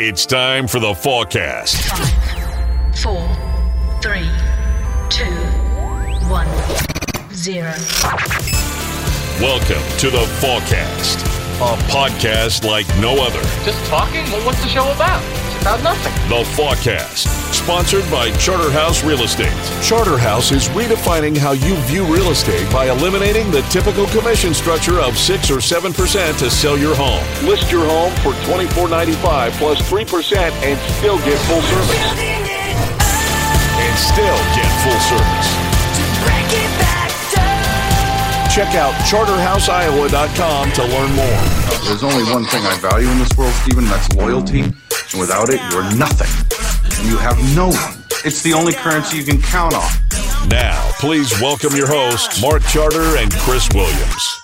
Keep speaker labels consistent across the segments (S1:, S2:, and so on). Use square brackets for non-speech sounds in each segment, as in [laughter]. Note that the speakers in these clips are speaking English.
S1: It's time for the forecast.
S2: Five, four, three, two, one, zero.
S1: Welcome to the forecast, a podcast like no other.
S3: Just talking? Well, what's the show about? It's about nothing.
S1: The Forecast, sponsored by Charterhouse Real Estate. Charterhouse is redefining how you view real estate by eliminating the typical commission structure of 6 or 7% to sell your home. List your home for $24.95 plus 3% and still get full service. And still get full service. Check out charterhouseiowa.com to learn more.
S4: There's only one thing I value in this world, Stephen, and that's loyalty. And without it, you're nothing. And you have no one. It's the only currency you can count on.
S1: Now, please welcome your hosts, Mark Charter and Chris Williams.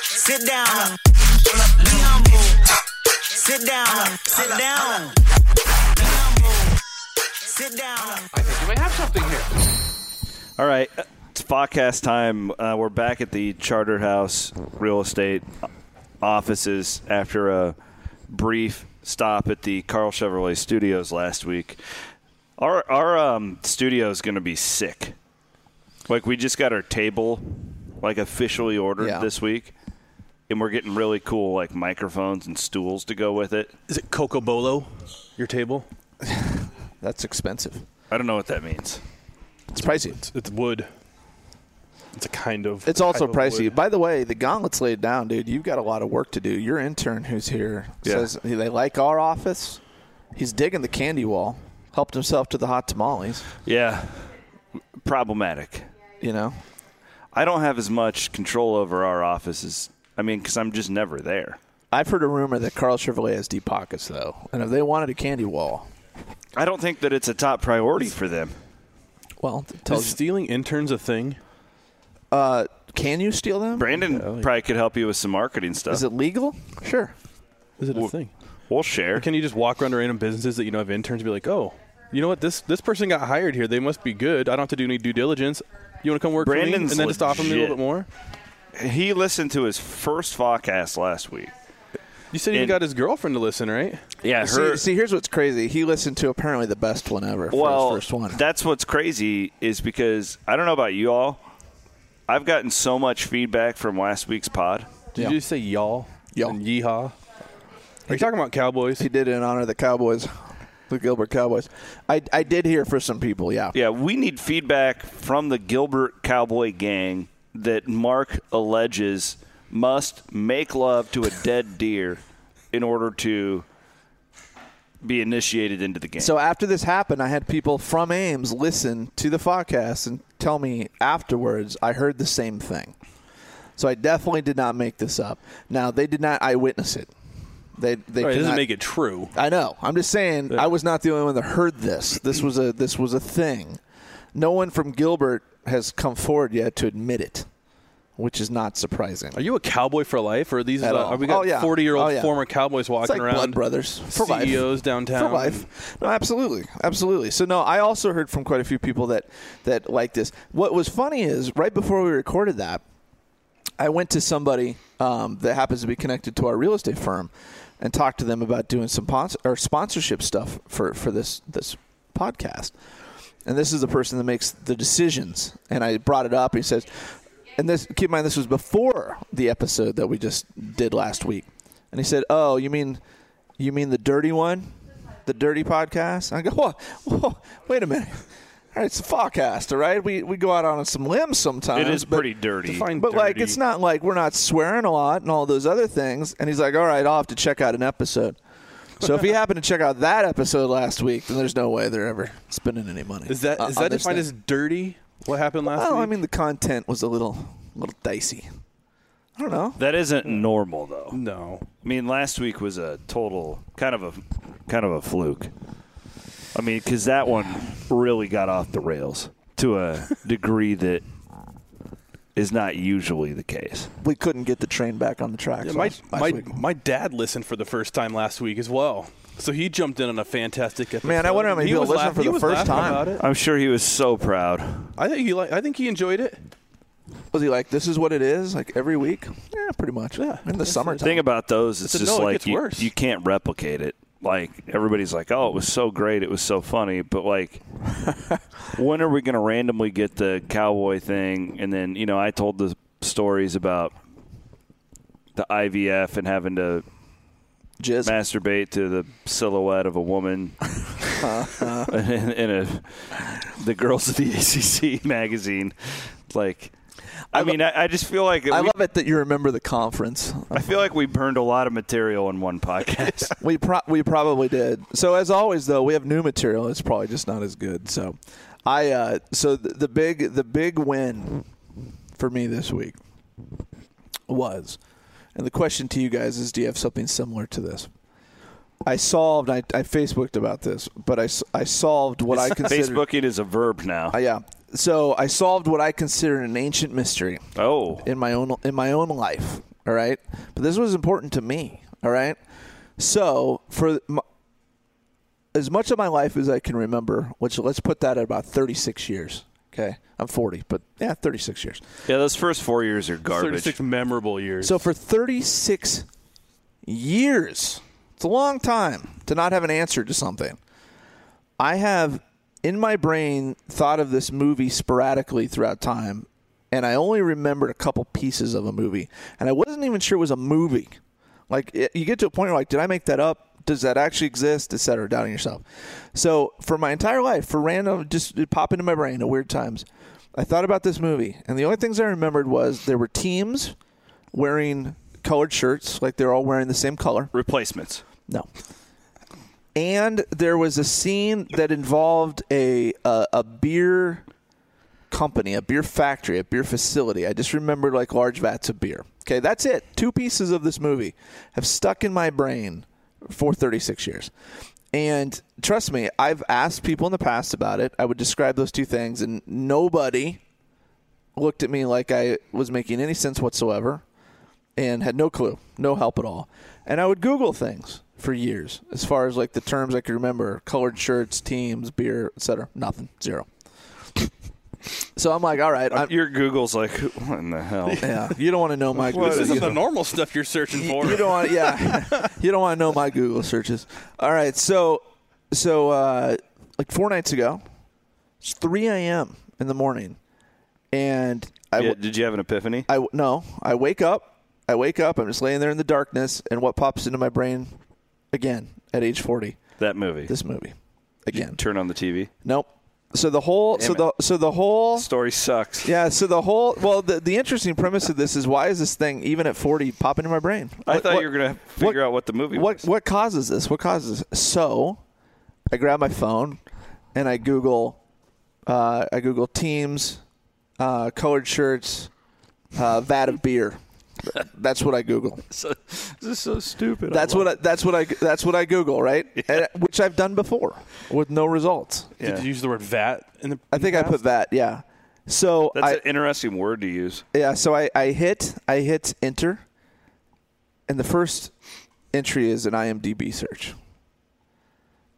S5: Sit down. Sit down. Sit down. Sit down.
S3: I think you may have something here.
S6: All right, uh, it's podcast time. Uh, we're back at the Charter House Real Estate offices after a brief stop at the Carl Chevrolet Studios last week. Our our um, studio is going to be sick. Like we just got our table like officially ordered
S7: Yeah.
S6: this week, and we're getting really cool like microphones and stools to go with it.
S8: Is it Coco Bolo? Your table?
S7: [sighs] That's expensive.
S6: I don't know what that means.
S7: It's pricey.
S8: It's wood. It's a kind of.
S7: It's also
S8: type of
S7: pricey.
S8: wood.
S7: By the way, the gauntlet's laid down, dude. You've got a lot of work to do. Your intern who's here
S6: Yeah.
S7: says they like our office. He's digging the candy wall. Helped himself to the hot tamales.
S6: Yeah, problematic.
S7: You know,
S6: I don't have as much control over our offices. I mean, because I'm just never there.
S7: I've heard a rumor that Carl Chevrolet has deep pockets though, and if they wanted a candy wall,
S6: I don't think that it's a top priority for them.
S7: well, it
S8: Is
S7: tells
S8: stealing interns a thing?
S7: uh, can you steal them?
S6: Brandon probably could help you with some marketing stuff.
S7: Is it legal? Sure.
S8: Is it a thing?
S6: we'll share.
S8: Can you just walk around to random businesses that you know have interns and be like, oh, you know what? This this person got hired here. They must be good. I don't have to do any due diligence. You want to come work for me
S6: Brandon's
S8: and then just offer me a
S6: legit.
S8: little bit more?
S6: he listened to his first podcast last week.
S8: You said you
S6: And-
S8: got his girlfriend to listen, right?
S6: Yeah,
S7: See, see, here's what's crazy. He listened to apparently the best one ever. for his
S6: well,
S7: first one.
S6: that's what's crazy is because I don't know about you all. I've gotten so much feedback from last week's pod.
S8: Did
S7: Yeah.
S8: you just say y'all?
S7: Y'all.
S8: And yeehaw? Are you talking about cowboys?
S7: He did it in honor of the Cowboys, the Gilbert Cowboys. I, I did hear for some people, yeah.
S6: Yeah, we need feedback from the Gilbert Cowboy gang that Mark alleges must make love to a dead deer in order to be initiated into the game.
S7: So after this happened, I had people from Ames listen to the podcast and tell me afterwards I heard the same thing. So I definitely did not make this up. Now they did not eyewitness it. They they
S8: All right, it
S7: could
S8: doesn't
S7: not-
S8: make it true.
S7: I know. I'm just saying I was not the only one that heard this. This was a this was a thing. No one from Gilbert has come forward yet to admit it, which is not surprising.
S8: Are you a cowboy for life, or are these?
S7: At
S8: uh,
S7: all.
S8: Are we got
S7: Oh, yeah.
S8: forty-year-old
S7: Oh, yeah.
S8: former cowboys walking
S7: It's like
S8: around?
S7: blood brothers for life.
S8: CEOs downtown.
S7: for life. No, absolutely, absolutely. So no, I also heard from quite a few people that that like this. What was funny is right before we recorded that, I went to somebody um, that happens to be connected to our real estate firm and talked to them about doing some spons- or sponsorship stuff for for this this podcast. And this is the person that makes the decisions. And I brought it up. He says, and this keep in mind this was before the episode that we just did last week. And he said, "Oh, you mean you mean the dirty one, the dirty podcast?" I go, "Whoa, whoa wait a minute." All right, it's a podcast, all right? We, we go out on some limbs sometimes.
S6: it is
S7: but-
S6: pretty dirty.
S8: Define
S7: but like
S8: dirty.
S7: it's not like we're not swearing a lot and all those other things and he's like all right i'll have to check out an episode so if
S8: [laughs]
S7: he happened to check out that episode last week then there's no way they're ever spending any money
S8: Is that
S7: on-
S8: is
S7: on
S8: that
S7: this
S8: defined
S7: thing.
S8: as dirty? What happened last
S7: well
S8: week?
S7: i mean the content was a little little dicey i don't know
S6: that isn't normal though.
S8: no.
S6: I mean, last week was a total kind of a kind of a fluke. I mean, cuz that one really got off the rails to a degree that is not usually the case.
S7: we couldn't get the train back on the tracks
S8: Yeah, my
S7: last- last
S8: my,
S7: week.
S8: my dad listened for the first time last week as well. So he jumped in on a fantastic episode.
S7: Man, I wonder how many
S8: He
S7: people
S8: was
S7: listened
S8: laugh-
S7: for
S8: he
S7: the
S8: was
S7: first
S8: laughing
S7: time.
S8: about it.
S6: I'm sure he was so proud.
S8: I think he li- I think he enjoyed it.
S7: Was he like, "This is what it is"? Like every week? Yeah, pretty much. Yeah, in the summertime.
S6: thing about those it's
S8: It's a
S6: just
S8: no, it
S6: like
S8: gets
S6: you,
S8: worse.
S6: you can't replicate it like everybody's like oh it was so great it was so funny
S8: [laughs]
S6: but like when are we going to randomly get the cowboy thing and then you know i told the stories about the ivf and having to
S7: Jizz.
S6: masturbate to the silhouette of
S8: [laughs]
S6: a woman [laughs] in, in a the girls of the acc magazine like i, mean I, I just feel like
S7: I
S6: we-
S7: love it that you remember the
S6: [laughs]
S7: conference. [laughs]
S6: I feel like we burned a lot of material in one podcast
S7: We pro- we probably did. So as always, though, we have new material. It's probably just not as good. So, I uh, so the, the big the big win for me this week was, and the question to you guys is, do you have something similar to this? I solved. I, I Facebooked about this, but I, s- I solved what I consider.
S6: Facebook it is a verb now.
S7: Uh, yeah. So I solved what I consider an ancient mystery
S6: oh,
S7: in my own in my own life. All right, but this was important to me. All right, so for m as much of my life as I can remember, which let's put that at about 36 years. Okay, I'm 40, but yeah, 36 years.
S6: yeah. Those first four years are garbage.
S8: 36 memorable years.
S7: So for 36 years, it's a long time to not have an answer to something. I have in my brain thought of this movie sporadically throughout time, and I only remembered a couple pieces of a movie, and I wasn't even sure it was a movie. Like it, you get to a point where you're like, did I make that up? Does that actually exist? Et cetera, doubting yourself. So for my entire life, for random, just it pop into my brain at weird times. I thought about this movie, and the only things I remembered was there were teams wearing colored shirts, like they're all wearing the same color.
S6: Replacements.
S7: No. And there was a scene that involved a a, a beer company, a beer factory, a beer facility. I just remembered like large vats of beer. Okay, that's it. Two pieces of this movie have stuck in my brain for 36 years. And trust me, I've asked people in the past about it. I would describe those two things and nobody looked at me like I was making any sense whatsoever and had no clue, no help at all. And I would Google things for years as far as like the terms I could remember colored shirts, teams, beer, etc. Nothing, zero. [laughs] so I'm like, all right,
S6: [laughs]
S7: I'm,
S6: Your Google's like, what in the hell? [laughs]
S7: yeah, you don't want to know my
S8: this
S7: Google.
S8: isn't the normal stuff you're searching for.
S7: You don't want, yeah, [laughs] you don't want to know my Google searches. All right, so so uh, like four nights ago, it's 3 a.m. in the morning, and I
S6: Yeah,
S7: w-
S6: did you have an epiphany?
S7: I w- no. I wake up. I wake up. I'm just laying there in the darkness, and what pops into my brain again at age 40?
S6: that movie.
S7: This movie again.
S6: Turn on the TV.
S7: Nope. So the whole. so the so the whole.
S6: Story sucks.
S7: Yeah. So the whole. Well, the the interesting premise of this is why is this thing even at 40 popping into my brain?
S6: I
S7: What-
S6: thought
S7: what-
S6: you were gonna figure out what the movie
S7: what
S6: was.
S7: what causes this? What causes this? So, I grab my phone and I Google, uh, I Google teams, uh, colored shirts, uh, vat of beer. That's what I Google.
S6: [laughs] So, this is so stupid. I
S7: That's
S6: love
S7: what I, that's what I that's what I
S6: [laughs]
S7: Google right, and, which I've done before with no results.
S6: it. Yeah.
S8: Did you use the word vat in the?
S7: I think I put that. Yeah. So
S6: That's
S7: I,
S6: an interesting word to use.
S7: Yeah, so I, I hit I hit enter, and the first entry is an IMDb search,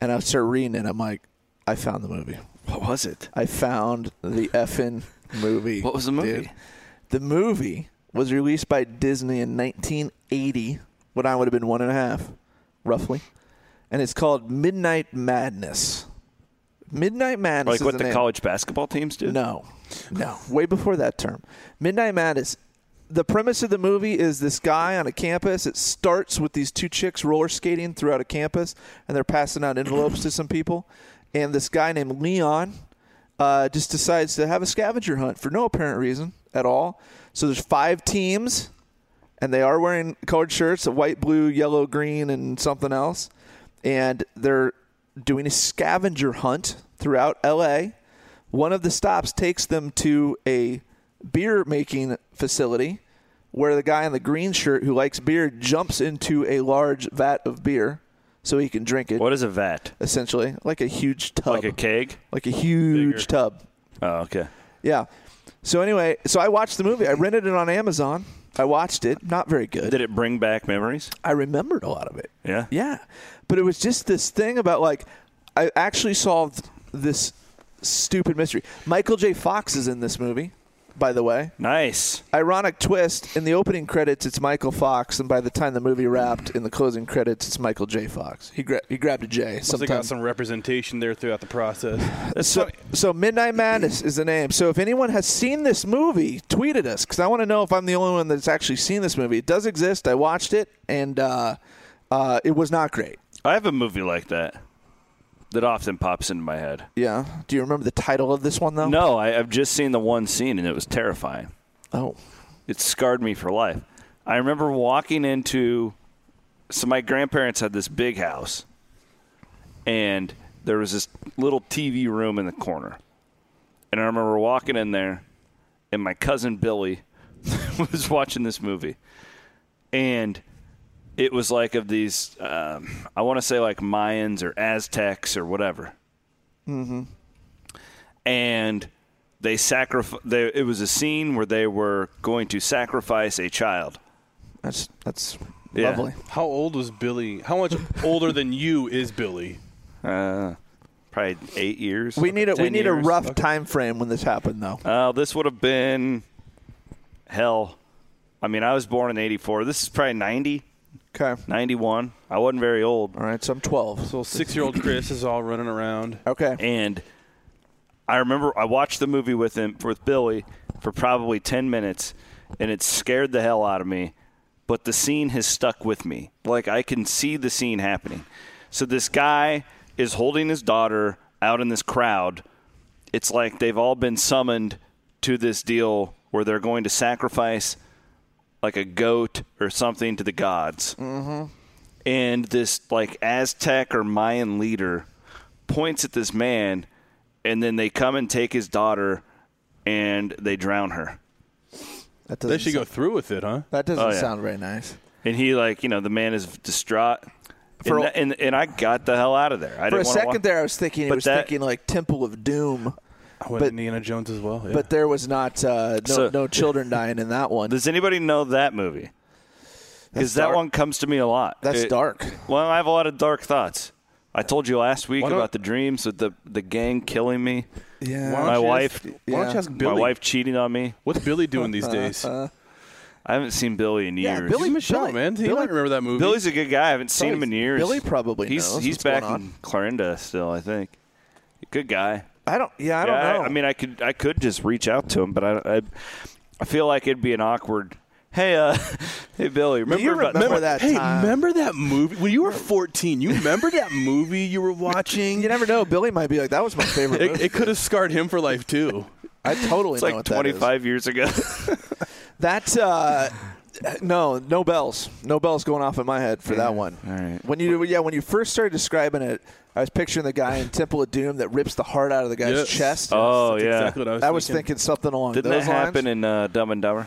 S7: and I start reading it. I'm like, I found the movie.
S6: What was it?
S7: I found the effing movie.
S6: What was the movie?
S7: dude. The movie was released by Disney in 1980 when I would have been one and a half, roughly, and it's called Midnight Madness. Midnight
S6: Like
S7: Madness, is
S6: what
S7: the
S6: the
S7: name.
S6: college basketball teams do?
S7: No, no, way before that term. Midnight Madness. The premise of the movie is this guy on a campus. It starts with these two chicks roller skating throughout a campus, and they're passing out envelopes to some people. And this guy named Leon uh, just decides to have a scavenger hunt for no apparent reason at all. So there's five teams and they are wearing colored shirts white blue yellow green and something else and they're doing a scavenger hunt throughout la one of the stops takes them to a beer making facility where the guy in the green shirt who likes beer jumps into a large vat of beer so he can drink it
S6: What is a vat?
S7: essentially like a huge tub
S6: Like a keg?
S7: like a huge tub
S6: Oh, okay.
S7: yeah so anyway so i watched the movie i rented it on amazon i watched it not very good
S6: Did it bring back memories?
S7: I remembered a lot of it.
S6: Yeah?
S7: Yeah. But it was just this thing about like I actually solved this stupid mystery. Michael J. Fox is in this movie. by the way.
S6: Nice.
S7: Ironic twist in the opening credits, it's Michael Fox, and by the time the movie wrapped, in the closing credits, it's Michael J. Fox. He, gra- he grabbed a J.
S8: So they got
S7: Sometimes
S8: some representation there throughout the process.
S7: So, so Midnight Madness is the name. So if anyone has seen this movie, tweet at us because I want to know if I'm the only one that's actually seen this movie. It does exist. I watched it, and uh, uh, it was not great.
S6: I have a movie like that that often pops into my head.
S7: Yeah. Do you remember the title of this one though?
S6: No, I, I've just seen the one scene and it was terrifying.
S7: Oh.
S6: It scarred me for life. I remember walking into. So my grandparents had this big house, and there was this little TV room in the corner. And I remember walking in there, and my cousin Billy [laughs] was watching this movie, and it was like of these. Um, I want to say like Mayans or Aztecs or whatever. Mm-hmm. And they sacrifice. They, it was a scene where they were going to sacrifice a child.
S7: That's that's
S6: Yeah.
S7: lovely.
S8: How old was Billy? How much older than you is Billy?
S6: Uh, probably eight years.
S7: We need a we
S6: ten
S7: need a
S6: years.
S7: rough time frame when this happened though.
S6: Uh, this would have been hell. I mean, I was born in '84. This is probably '90,
S7: Okay.
S6: '91. I wasn't very old.
S7: All right. So I'm 12.
S8: So six-year-old Chris is all running around.
S7: Okay.
S6: and I remember I watched the movie with him with Billy for probably ten minutes, and it scared the hell out of me. But the scene has stuck with me. Like I can see the scene happening. So this guy is holding his daughter out in this crowd. It's like they've all been summoned to this deal where they're going to sacrifice like a goat or something to the gods and this like Aztec or Mayan leader points at this man, and then they come and take his daughter, and they drown her.
S7: That
S8: They
S7: doesn't
S8: should go
S7: sound,
S8: through with it, huh?
S7: that doesn't
S6: Oh, yeah.
S7: sound very nice.
S6: And he like you know the man is distraught.
S7: For-
S6: and, tha- and and I got the hell out of there. I
S7: For a
S6: didn't wanna
S7: second
S6: walk-
S7: there, I was thinking it
S6: But
S7: was
S6: that-
S7: thinking like Temple of Doom,
S8: I went
S7: But-
S8: Indiana Jones as well. yeah.
S7: but there was not uh, no
S6: So-
S7: no children dying in
S6: [laughs]
S7: that one.
S6: Does anybody know that movie? Because that
S7: dark.
S6: one comes to me a lot.
S7: That's
S6: It-
S7: dark.
S6: Well, I have a lot of dark thoughts. I told you last week
S8: Why don't-
S6: about the dreams with the the gang killing me,
S7: Yeah.
S8: Why don't
S6: my
S8: you
S6: wife-
S8: ask- why don't
S7: yeah.
S8: you ask Billy?
S6: my wife cheating on me.
S8: What's Billy doing these
S7: [laughs]
S8: days?
S6: I haven't seen Billy in
S7: Yeah,
S6: years.
S7: Billy
S8: Billy Michelle,
S7: Billy-
S8: man. He
S7: Billy-
S8: might remember that movie.
S6: Billy's a good guy. I haven't seen him in years.
S7: Billy probably
S6: he's
S7: knows
S6: he's
S7: what's
S6: back
S7: going on.
S6: in Clarinda still. I think good guy.
S7: I don't. Yeah, I don't
S6: Yeah,
S7: know.
S6: I mean, I could I could just reach out to him, but I I, I feel like it'd be an awkward. Hey, uh, [laughs] hey Billy, remember,
S7: you
S6: about-
S7: remember that
S8: hey,
S7: time.
S8: remember that movie? When you were 14, you remember that movie you were watching?
S7: you never know. Billy might be like, "That was my
S8: [laughs]
S7: favorite."
S8: it
S7: movie.
S8: it could have scarred him for life, too.
S7: I totally
S6: It's
S7: know
S6: like
S7: what
S6: 25 years
S7: [laughs]
S6: ago.
S7: That, is. that uh, no, no bells, no bells going off in my head for that one. All
S6: right.
S7: When you yeah, when you first started describing it, I was picturing the guy in Temple of Doom that rips the heart out of the guy's
S8: Yes.
S7: chest.
S6: oh
S8: That's
S6: yeah,
S8: exactly what I was,
S7: I was thinking something along
S6: didn't that
S7: those
S6: happen
S7: lines.
S6: in uh, Dumb and Dumber?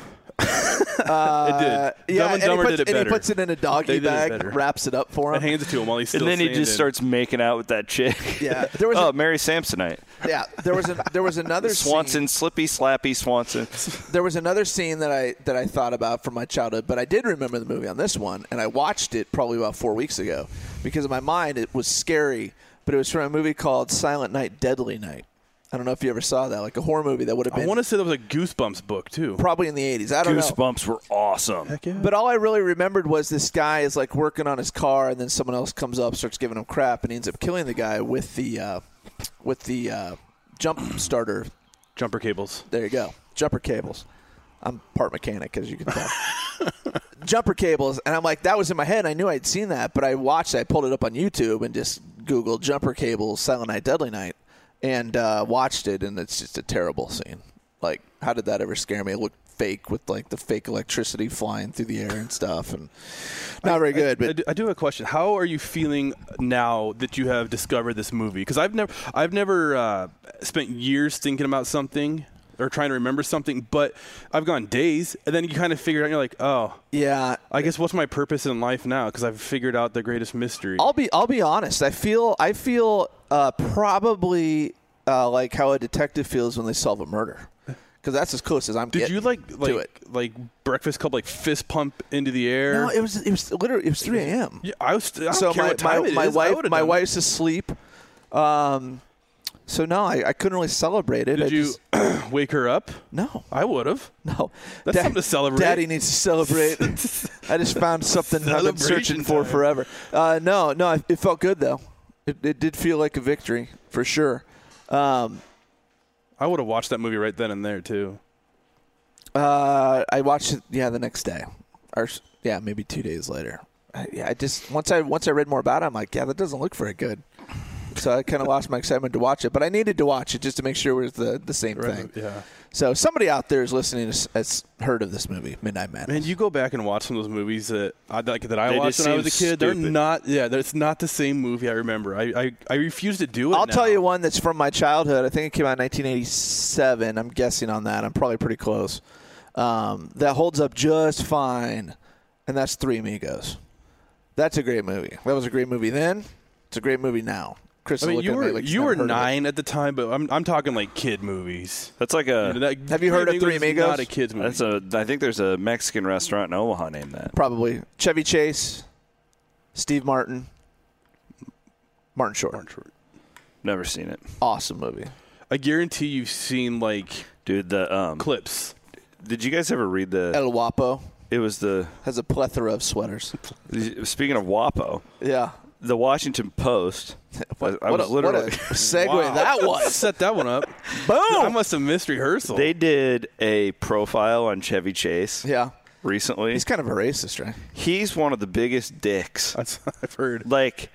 S8: it did.
S7: Uh, yeah,
S8: Dumb and
S7: he
S8: Dumber
S7: puts,
S8: did it
S7: and
S8: better.
S7: he puts it in a
S8: They
S7: doggy
S8: did it
S7: bag,
S8: better.
S7: wraps it up for
S8: and
S7: him.
S8: hands it to him while he's still
S6: And then he
S8: standing.
S6: just starts making out with that chick.
S7: Yeah,
S8: [laughs]
S7: there was
S6: oh
S7: a-
S6: Mary Samsonite,
S7: Yeah, there was a, there was another
S6: Swanson, Slippy Slappy Swanson.
S7: There was another scene that I that I thought about from my childhood, but I did remember the movie on this one, and I watched it probably about four weeks ago because in my mind it was scary, but it was from a movie called Silent Night, Deadly Night. I don't know if you ever saw that, like a horror movie that would have
S8: I
S7: been
S8: want to say that was a Goosebumps book, too.
S7: probably in the eighties. I don't know.
S6: Goosebumps were awesome.
S7: But all I really remembered was this guy is like working on his car, and then someone else comes up, starts giving him crap, and he ends up killing the guy with the uh, with the uh, jump starter
S8: Jumper cables.
S7: There you go. Jumper cables. I'm part mechanic, as you can
S8: [laughs]
S7: tell. Jumper cables, and I'm like, that was in my head. I knew I'd seen that, but I watched. it. I pulled it up on YouTube and just Googled "jumper cables Silent Night Deadly Night" and uh, watched it, and it's just a terrible scene. Like, how did that ever scare me? It looked fake with like the fake electricity flying through the air and stuff, and not very good.
S8: I
S7: But
S8: do, I do have a question. How are you feeling now that you have discovered this movie? Because I've never, I've never uh, spent years thinking about something or trying to remember something, but I've gone days, and then you kind of figure out. You're like, oh,
S7: yeah,
S8: I guess what's my purpose in life now? Because I've figured out the greatest mystery.
S7: I'll be I'll be honest. I feel I feel uh, probably uh, like how a detective feels when they solve a murder, because that's as close as I'm.
S8: Did
S7: getting
S8: you like like
S7: to it?
S8: like Breakfast Club like fist pump into the air?
S7: No, it was it was literally it was 3 a.m.
S8: yeah, I was. I don't
S7: so
S8: care
S7: my
S8: what time
S7: my,
S8: it
S7: my
S8: is. I
S7: wife
S8: would've
S7: my
S8: done it.
S7: wife's asleep. Um, So no, I, I couldn't really celebrate it. I
S8: Did you [clears throat]
S7: just-
S8: wake her up?
S7: no,
S8: I would have.
S7: no.
S8: That's something to celebrate.
S7: Daddy needs to
S8: [laughs]
S7: celebrate. I just found something I've been
S8: Celebration
S7: searching for
S8: time.
S7: forever. Uh, no, no, it, it felt good though. It, it did feel like a victory for sure. Um,
S8: I would have watched that movie right then and there too.
S7: Uh, I watched it. Yeah, the next day, or s- yeah, maybe two days later. I, yeah, I just once I once I read more about it, I'm like, yeah, that doesn't look very good. So I kind of lost my excitement to watch it, but I needed to watch it just to make sure it was the, the same thing.
S8: Yeah.
S7: So somebody out there is listening has, has heard of this movie, Midnight Madness.
S8: Man, you go back and watch some of those movies that I like that I
S6: They
S8: watched
S6: just
S8: when I
S6: seem
S8: was a kid. They're
S6: stupid.
S8: not. Yeah, they're- it's not the same movie I remember. I I, I refuse to do it.
S7: I'll
S8: now.
S7: tell you one that's from my childhood. I think it came out in 1987. I'm guessing on that. I'm probably pretty close. Um, that holds up just fine, and that's Three Amigos. That's a great movie. That was a great movie then. It's a great movie now. Chris,
S8: I
S7: is
S8: mean,
S7: looking
S8: you
S7: at me
S8: were
S7: like she's
S8: you
S7: never
S8: were
S7: heard of it.
S8: nine at the time, but I'm I'm talking like kid movies.
S6: That's like
S8: You
S6: a.
S8: know, that-
S7: Have you heard of Three
S8: is
S7: Amigos?
S8: Not a kids movie.
S6: that's a. I think there's a Mexican restaurant in Omaha named that.
S7: Probably Chevy Chase, Steve Martin, Martin Short.
S6: Never seen it,
S7: Awesome movie.
S8: I guarantee you've seen like
S6: dude. The um.
S8: clips.
S6: Did you guys ever read the?
S7: El Wapo
S6: It was the.
S7: has a plethora
S8: [laughs]
S7: of sweaters.
S6: Speaking of WAPO,
S7: Yeah.
S6: the Washington Post. I, I
S7: what,
S6: was
S7: a,
S6: literally.
S7: what a segue
S8: Wow. [laughs]
S7: that was.
S8: Set that one up. I
S7: [laughs] Boom.
S8: must have missed rehearsal.
S6: they did a profile on Chevy Chase
S7: Yeah.
S6: recently.
S7: He's kind of a racist, right?
S6: he's one of the biggest dicks.
S8: [laughs] That's what I've heard.
S6: Like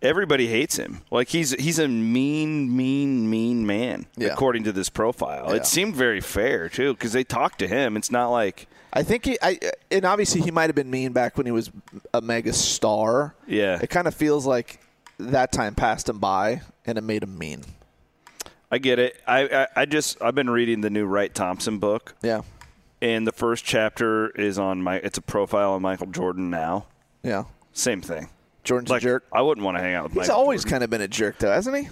S6: everybody hates him. Like he's he's a mean, mean, mean man.
S7: Yeah.
S6: According to this profile,
S7: Yeah.
S6: it seemed very fair too because they talked to him. It's not like
S7: I think he, I, and obviously he might have been mean back when he was a mega star.
S6: Yeah.
S7: It kind of feels like that time passed him by and it made him mean.
S6: I get it. I I, I just I've been reading the new Wright Thompson book.
S7: Yeah.
S6: And the first chapter is on my. It's a profile on Michael Jordan now.
S7: Yeah.
S6: Same thing.
S7: Jordan's
S6: Like
S7: a jerk.
S6: I wouldn't want to hang out with
S7: He's
S6: Michael
S7: always
S6: Jordan.
S7: kind of been a jerk, though, hasn't he?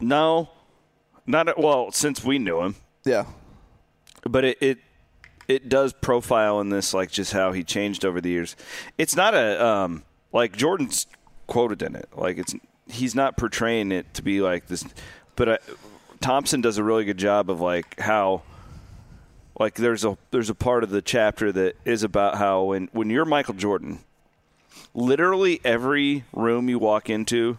S6: No, not at, well since we knew him,
S7: Yeah.
S6: but it, it it does profile in this like just how he changed over the years. It's not a um like Jordan's quoted in it. Like it's he's not portraying it to be like this, but I, Thompson does a really good job of like how like there's a there's a part of the chapter that is about how when when you're Michael Jordan, literally every room you walk into,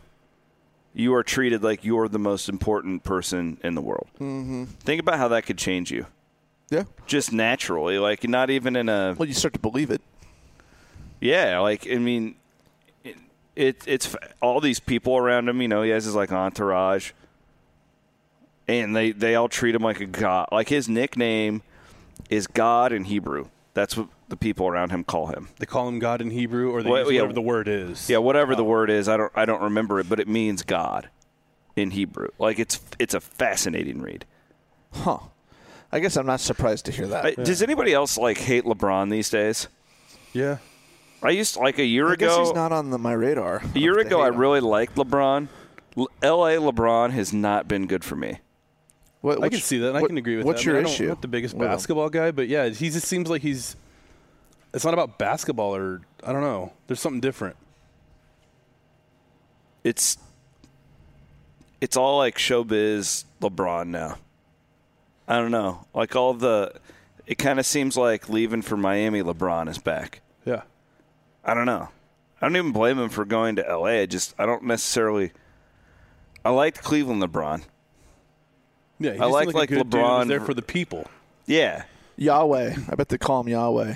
S6: you are treated like you're the most important person in the world. Mm-hmm. Think about how that could change you
S7: Yeah.
S6: just naturally, like not even in a
S7: Well, you start to believe it.
S6: yeah, like I mean, it, it's f- all these people around him. You know, he has his like entourage, and they they all treat him like a god. Like his nickname is God in Hebrew. That's what the people around him call him.
S8: They call him God in Hebrew, or they
S6: Well,
S8: use
S6: yeah.
S8: whatever the word is.
S6: Yeah, whatever the word is, I don't I don't remember it, but it means God in Hebrew. Like it's it's a fascinating read.
S7: Huh. I guess I'm not surprised to hear that.
S6: I- Does anybody else like hate LeBron these days?
S8: yeah.
S6: I used like a year
S7: I guess
S6: ago.
S7: he's not on the, my radar.
S6: A year
S7: I'll have to
S6: ago, I
S7: hate him.
S6: really liked LeBron. L- L.A. LeBron has not been good for me.
S8: I
S7: What-
S8: can
S7: what's-
S8: see that. and I
S7: what-
S8: can agree with
S7: what's
S8: that. I
S7: your
S8: mean, I don't-
S7: issue?
S8: I'm not the biggest
S7: with him?
S8: basketball guy, but yeah, he just seems like he's. It's not about basketball, or I don't know. There's something different.
S6: It's it's all like showbiz LeBron now. I don't know. Like all the, it kind of seems like leaving for Miami. LeBron is back.
S8: Yeah.
S6: I don't know. I don't even blame him for going to L.A. I just I don't necessarily. I liked Cleveland LeBron.
S8: Yeah. He
S6: I
S8: just
S6: like-
S8: seemed
S6: like
S8: a good dude who
S6: LeBron-
S8: was there for the people.
S6: Yeah,
S7: Yahweh. I bet they call him Yahweh.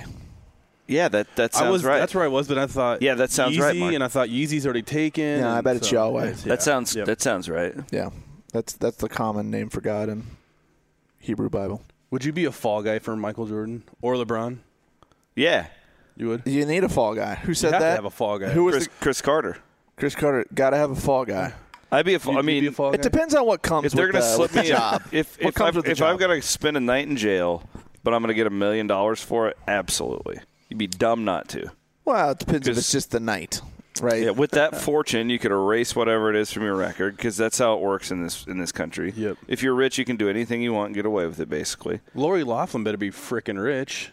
S6: yeah. That that sounds
S8: I was
S6: right.
S8: that's where I was, but I thought
S6: Yeah, that sounds
S8: Yeezy,
S6: right, Mark.
S8: and I thought Yeezy's already taken.
S7: Yeah, I
S8: and
S7: bet it's
S8: so-
S7: Yahweh.
S8: it's- yeah.
S6: That sounds
S8: Yep.
S6: that sounds right.
S7: Yeah. That's that's the common name for God in Hebrew Bible.
S8: Would you be a fall guy for Michael Jordan or LeBron?
S6: Yeah,
S8: You would.
S7: You need a fall guy. Who said
S8: have to
S7: that?
S8: have a fall guy.
S7: Who was
S6: Chris,
S7: the-
S6: Chris Carter.
S7: Chris Carter? Got to have a fall guy.
S6: I'd be a. fa- I
S8: You'd
S6: mean,
S8: be a fall
S7: It
S8: guy?
S7: depends on what comes.
S6: if they're
S7: with
S6: going to
S7: the-
S6: slip
S7: with the
S6: me a
S7: job.
S6: if
S7: what
S6: if,
S7: comes
S6: I've,
S7: with the
S6: if
S7: job?
S6: I've got to spend a night in jail, but I'm going to get a million dollars for it, absolutely. You'd be dumb not to.
S7: well, it depends if it's
S6: Just-
S7: just the night, right?
S6: Yeah, with that fortune, you could erase whatever it is from your record because that's how it works in this in this country.
S8: Yep.
S6: If you're rich, you can do anything you want and get away with it, basically.
S8: Lori Laughlin better be freaking rich.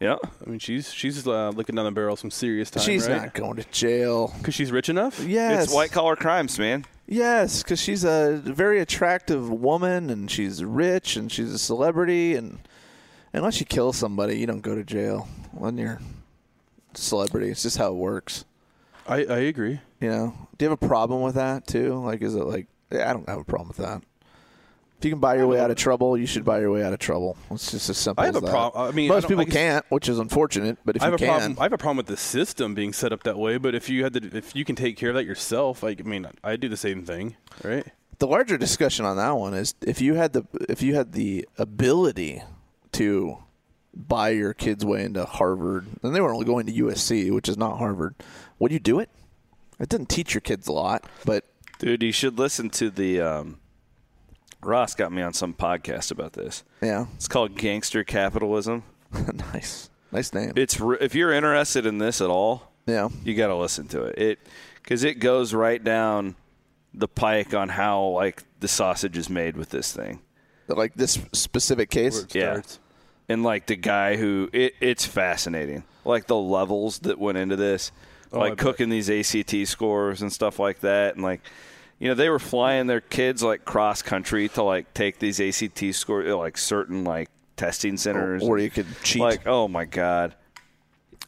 S6: Yeah.
S8: I mean, she's she's uh, looking down the barrel of some serious time,
S7: She's
S8: right?
S7: not going to jail.
S8: because she's rich enough.
S7: Yes,
S6: It's white collar crimes, man.
S7: Yes, because she's a very attractive woman, and she's rich, and she's a celebrity, and unless you kill somebody, you don't go to jail when you're a celebrity. It's just how it works.
S8: I, I agree.
S7: You know? Do you have a problem with that too? Like, is it like yeah, I don't have a problem with that. If you can buy your way out of trouble, you should buy your way out of trouble. It's just as simple.
S8: I have
S7: as
S8: a
S7: that.
S8: prob- I mean, I
S7: most
S8: don't-
S7: people
S8: I guess-
S7: can't, which is unfortunate. But if
S8: I have
S7: you
S8: a
S7: can,
S8: problem. I have a problem with the system being set up that way. But if you had to, if you can take care of that yourself, like I mean, I do the same thing, right?
S7: the larger discussion on that one is if you had the if you had the ability to buy your kids way into Harvard, and they were only going to USC, which is not Harvard, would you do it? It doesn't teach your kids a lot, but
S6: Dude, you should listen to the. Um, Ross got me on some podcast about this.
S7: yeah, [laughs]
S6: It's called Gangster Capitalism.
S7: nice, nice name.
S6: It's re- if you're interested in this at all,
S7: yeah,
S6: you got to listen to it. It because it goes right down the pike on how like the sausage is made with this thing.
S7: like this specific case.
S6: Yeah. And like the guy who it, it's fascinating. Like the levels that went into this.
S8: I
S7: Oh,
S6: like
S8: bet.
S6: cooking these ACT scores and stuff like that and like you know, they were flying their kids like cross country to like take these ACT scores like certain like testing centers.
S7: Or you could cheat.
S6: Like, oh my God.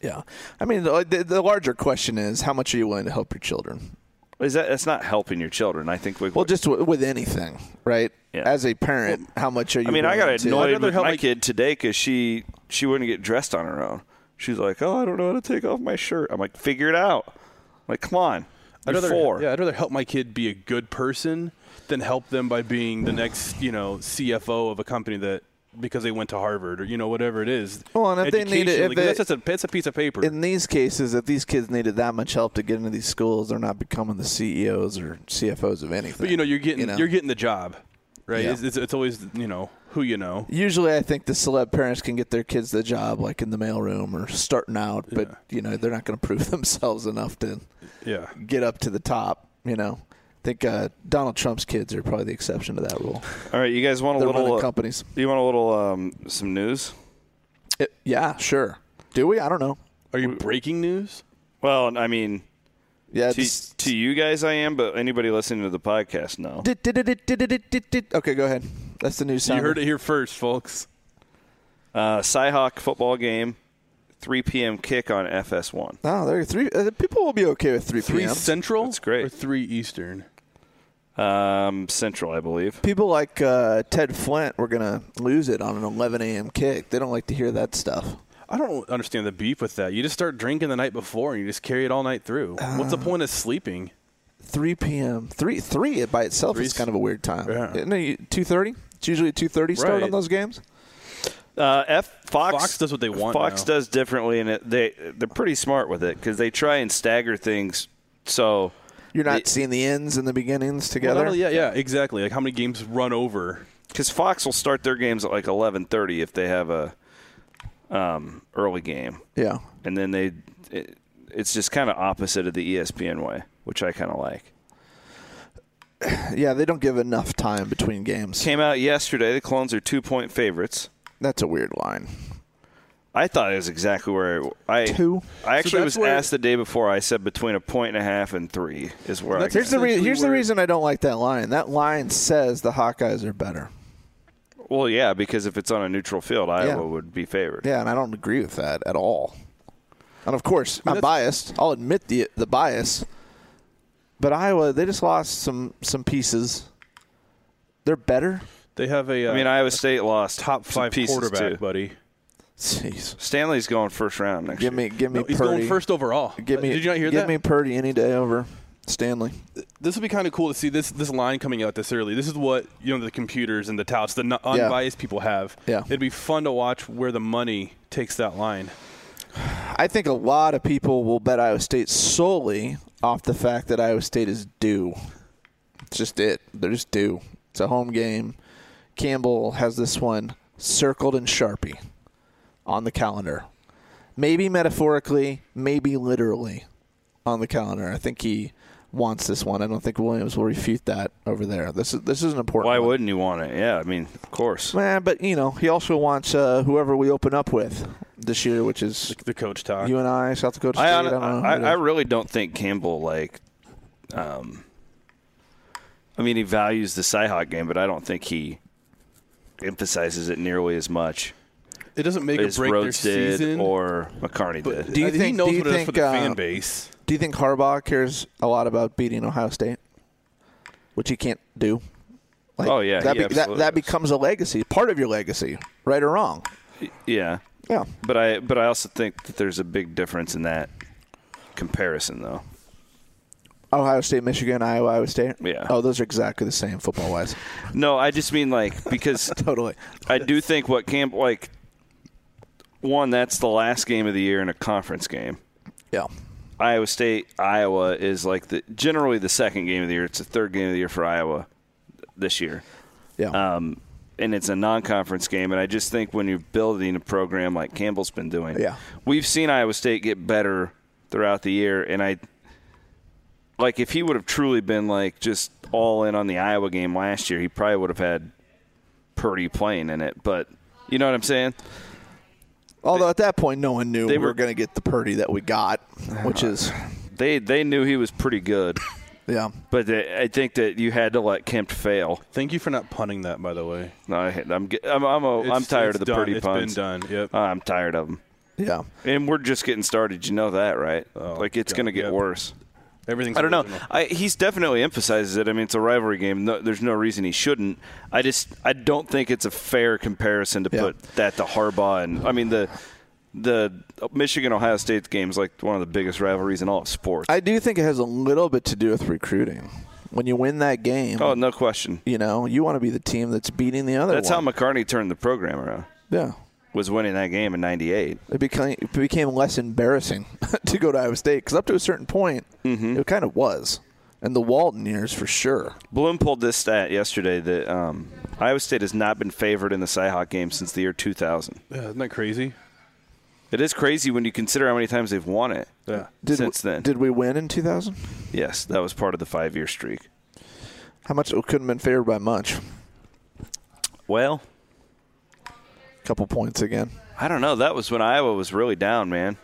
S7: yeah, I mean, the, the- the larger question is how much are you willing to help your children?
S6: Is that that's not helping your children. I think we
S7: Well, just w- with anything, right?
S6: Yeah.
S7: As a parent, how much are you?
S6: I mean, I got
S7: willing to-
S8: I'd
S6: annoyed
S8: rather
S6: with
S8: have,
S6: my
S8: like-
S6: kid today because she she wouldn't get dressed on her own. She's like, "Oh, I don't know how to take off my shirt." I'm like, "Figure it out." I'm like, come on,
S8: I'd
S6: you're
S8: rather,
S6: four.
S8: yeah, I'd rather help my kid be a good person than help them by being the next, you know, CFO of a company that because they went to Harvard or you know whatever it is.
S7: Well, and if they need it-
S8: Educationally,
S7: if
S8: 'cause
S7: they-
S8: that's just a, it's a piece of paper.
S7: in these cases, if these kids needed that much help to get into these schools, they're not becoming the CEOs or CFOs of anything.
S8: but you know, you're getting you
S7: know?
S8: are getting the job, right?
S7: Yeah.
S8: It's, it's, it's always you know who you know.
S7: Usually, I think the celeb parents can get their kids the job, like in the mailroom or starting out. But you know, they're not going to prove [laughs] themselves enough to
S8: Yeah.
S7: get up to the top. You know, I think uh, Donald Trump's kids are probably the exception to that rule.
S6: All right, you guys want a
S7: They're
S6: little uh,
S7: running companies.
S6: You want a little um, some news?
S7: It- yeah, sure. Do we? I don't know.
S8: Are you breaking news?
S6: Well, I mean,
S7: Yeah.
S6: to, to you guys, I am, but anybody listening to the podcast, no.
S7: it's- [laughs] Okay, go ahead. That's the new sound.
S8: You heard it here first, folks.
S6: Uh, Cyhawk football game, 3 p.m. kick on FS1.
S7: Oh, there are three. Uh, people will be okay with three
S8: Three
S7: p.m.
S8: Central,
S6: That's great.
S8: Or three Eastern.
S6: Um, Central, I believe.
S7: people like uh, Ted Flint were gonna lose it on an 11 a.m. kick. They don't like to hear that stuff.
S8: I don't understand the beef with that. You just start drinking the night before and you just carry it all night through. What's the point of sleeping?
S7: 3 p.m. three three by itself is
S8: Three's-
S7: kind of a weird time.
S8: Yeah.
S7: Isn't it 2:30? It's usually a 2:30 start
S8: Right.
S7: on those games.
S6: Uh, F Fox,
S8: Fox does what they want
S6: Fox
S8: now.
S6: does differently, and it, they they're pretty smart with it because they try and stagger things. So
S7: You're not
S6: It-
S7: seeing the ends and the beginnings
S8: Well,
S7: together.
S8: not really- yeah, yeah, exactly. Like how many games run over?
S6: because Fox will start their games at like eleven thirty if they have a um, early game,
S7: yeah.
S6: and then they it, it's just kind of opposite of the E ESPN way, which I kind of like.
S7: Yeah, they don't give enough time between games.
S6: Came out yesterday. The Clones are two point favorites.
S7: That's a weird line.
S6: I thought it was exactly where I.
S7: Two?
S6: I actually
S8: that's
S6: was
S8: where-
S6: asked the day before. I said between a point and a half and three is where I.
S8: That's-
S6: got
S7: Here's the re-
S8: Essentially
S7: here's the
S8: where-
S7: reason I don't like that line. That line says the Hawkeyes are better.
S6: Well, yeah, because if it's on a neutral field, Iowa
S7: Yeah.
S6: would be favored.
S7: Yeah, and I don't agree with that at all. And of course, I'm
S8: that's-
S7: biased. I'll admit the the bias. But Iowa, they just lost some some pieces. They're better.
S8: They have a uh,
S6: I mean, Iowa State lost
S8: top
S6: some
S8: five
S6: pieces
S8: quarterback,
S6: too.
S8: buddy.
S7: Jeez,
S6: Stanley's going first round next
S7: give
S6: year.
S7: me give me
S8: No, he's
S7: Purdy.
S8: going first overall.
S7: Give me
S8: Did you not hear
S7: give
S8: that?
S7: me Purdy any day over Stanley.
S8: this would be kind of cool to see this this line coming out this early. This is what you know the computers and the touts, the n- unbiased people have.
S7: Yeah.
S8: it'd be fun to watch where the money takes that line.
S7: I think a lot of people will bet Iowa State solely off the fact that Iowa State is due. It's just it. They're just due. It's a home game. Campbell has this one circled in Sharpie on the calendar. Maybe metaphorically, maybe literally on the calendar. I think he wants this one. I don't think Williams will refute that over there. This is this is an important
S6: Why
S7: one.
S6: wouldn't you want it? Yeah, I mean, of course.
S7: Eh, but you know, he also wants uh, whoever we open up with this year, which is
S8: The coach talk.
S7: you and I, South Dakota State.
S6: I,
S7: I,
S6: hon-
S7: don't know.
S6: I, I really don't think Campbell like. Um, I mean, he values the Cyhawk game, but I don't think he emphasizes it nearly as much
S8: It doesn't make or
S6: as
S8: break
S6: Rhodes
S8: their
S6: did
S8: season.
S6: or McCarney
S8: but
S6: did.
S8: do you
S7: I
S8: think, he
S7: think-
S8: knows
S7: do you
S8: what it is for
S7: think,
S8: the
S7: uh,
S8: fan base.
S7: Do you think Harbaugh cares a lot about beating Ohio State, which he can't do? Like,
S6: Oh, yeah,
S7: that,
S6: he
S7: that
S6: absolutely
S7: that
S6: does.
S7: becomes a legacy, part of your legacy, right or wrong.
S6: yeah,
S7: Yeah,
S6: but I but I also think that there's a big difference in that comparison, though.
S7: Ohio State, Michigan, Iowa, Iowa State.
S6: Yeah.
S7: Oh, those are exactly the same football wise.
S6: No, I just mean like because
S7: totally.
S6: I do think what Camp like one that's the last game of the year in a conference game.
S7: Yeah.
S6: Iowa State, Iowa is like the generally the second game of the year. It's the third game of the year for Iowa this year,
S7: Yeah.
S6: um, and it's a non-conference game. And I just think when you're building a program like Campbell's been doing,
S7: Yeah.
S6: we've seen Iowa State get better throughout the year. And I like if he would have truly been like just all in on the Iowa game last year, he probably would have had Purdy playing in it. But you know what I'm saying?
S7: Although at that point, no one knew
S6: they
S7: we were,
S6: were-
S7: going to get the Purdy that we got, which is,
S6: They they knew he was pretty good.
S7: yeah.
S6: But they, I think that you had to let Kemp fail.
S8: Thank you for not punning that, by the way.
S6: No, I, I'm ge- I'm I'm, a, I'm
S8: It's-
S6: tired
S8: it's
S6: of the
S8: done.
S6: pretty puns.
S8: It's been done. Yep.
S6: I'm tired of them,
S7: Uh, Yeah.
S6: and we're just getting started. You know that, right? like it's
S8: Oh, God,
S6: going to get
S8: yep.
S6: worse.
S8: Everything's.
S6: I don't know.
S8: original.
S6: I, he's definitely emphasizes it. I mean, it's a rivalry game. No, there's no reason he shouldn't. I just I don't think it's a fair comparison to
S7: Yeah.
S6: put that to Harbaugh and I mean the the Michigan Ohio State game is like one of the biggest rivalries in all of sports.
S7: I do think it has a little bit to do with recruiting. When you win that game,
S6: oh, no question.
S7: you know, you want to be the team that's beating the other
S6: That's how
S7: one.
S6: McCartney turned the program around.
S7: Yeah.
S6: Was winning that game in '98.
S7: It became, it became less embarrassing [laughs] to go to Iowa State because up to a certain point,
S6: Mm-hmm.
S7: it kind of was. And the Walton years for sure.
S6: Bloom pulled this stat yesterday that um, Iowa State has not been favored in the Cyhawk game since the year 2000.
S8: Yeah, isn't that crazy?
S6: It is crazy when you consider how many times they've won it
S8: Yeah.
S7: Did
S6: since
S7: we,
S6: then.
S7: Did we win in 2000?
S6: yes, that was part of the five year streak.
S7: How much? It couldn't have been favored by much.
S6: Well,
S7: couple points again.
S6: I don't know. That was when Iowa was really down, man.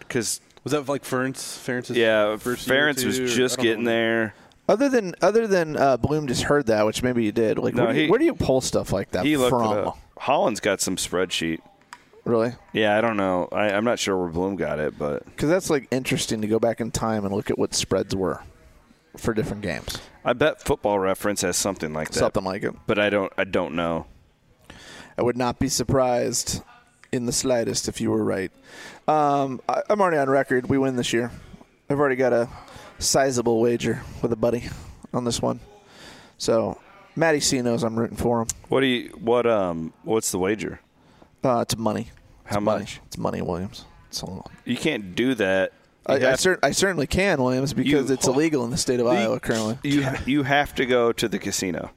S6: Because,
S8: Was that like Ference? Ference's
S6: yeah,
S8: first year or
S6: Ference was
S8: two, or-
S6: just
S8: I don't know
S6: getting
S8: when-
S6: there.
S7: Other than other than uh, Bloom just heard that, which maybe you did. Like,
S6: No,
S7: where, do you,
S6: he-
S7: where do you pull stuff like that
S6: He looked
S7: from?
S6: it up. Holland's got some spreadsheet.
S7: Really?
S6: Yeah, I don't know. I, I'm not sure where Bloom got it, but
S7: Because that's like interesting to go back in time and look at what spreads were for different games.
S6: I bet Football Reference has something like that.
S7: Something like it.
S6: But I don't. I don't know.
S7: I would not be surprised in the slightest if you were right. Um, I, I'm already on record. We win this year. I've already got a sizable wager with a buddy on this one. So, Matty C knows I'm rooting for him.
S6: What do you? What um? What's the wager?
S7: Uh, it's money.
S6: How
S7: It's money.
S6: much?
S7: It's money, Williams. It's a little.
S6: You can't do that. You
S7: I, I,
S6: have-
S7: cer- I certainly can, Williams, because
S6: You-
S7: it's illegal in the state of Iowa currently.
S6: you you have to go to the casino.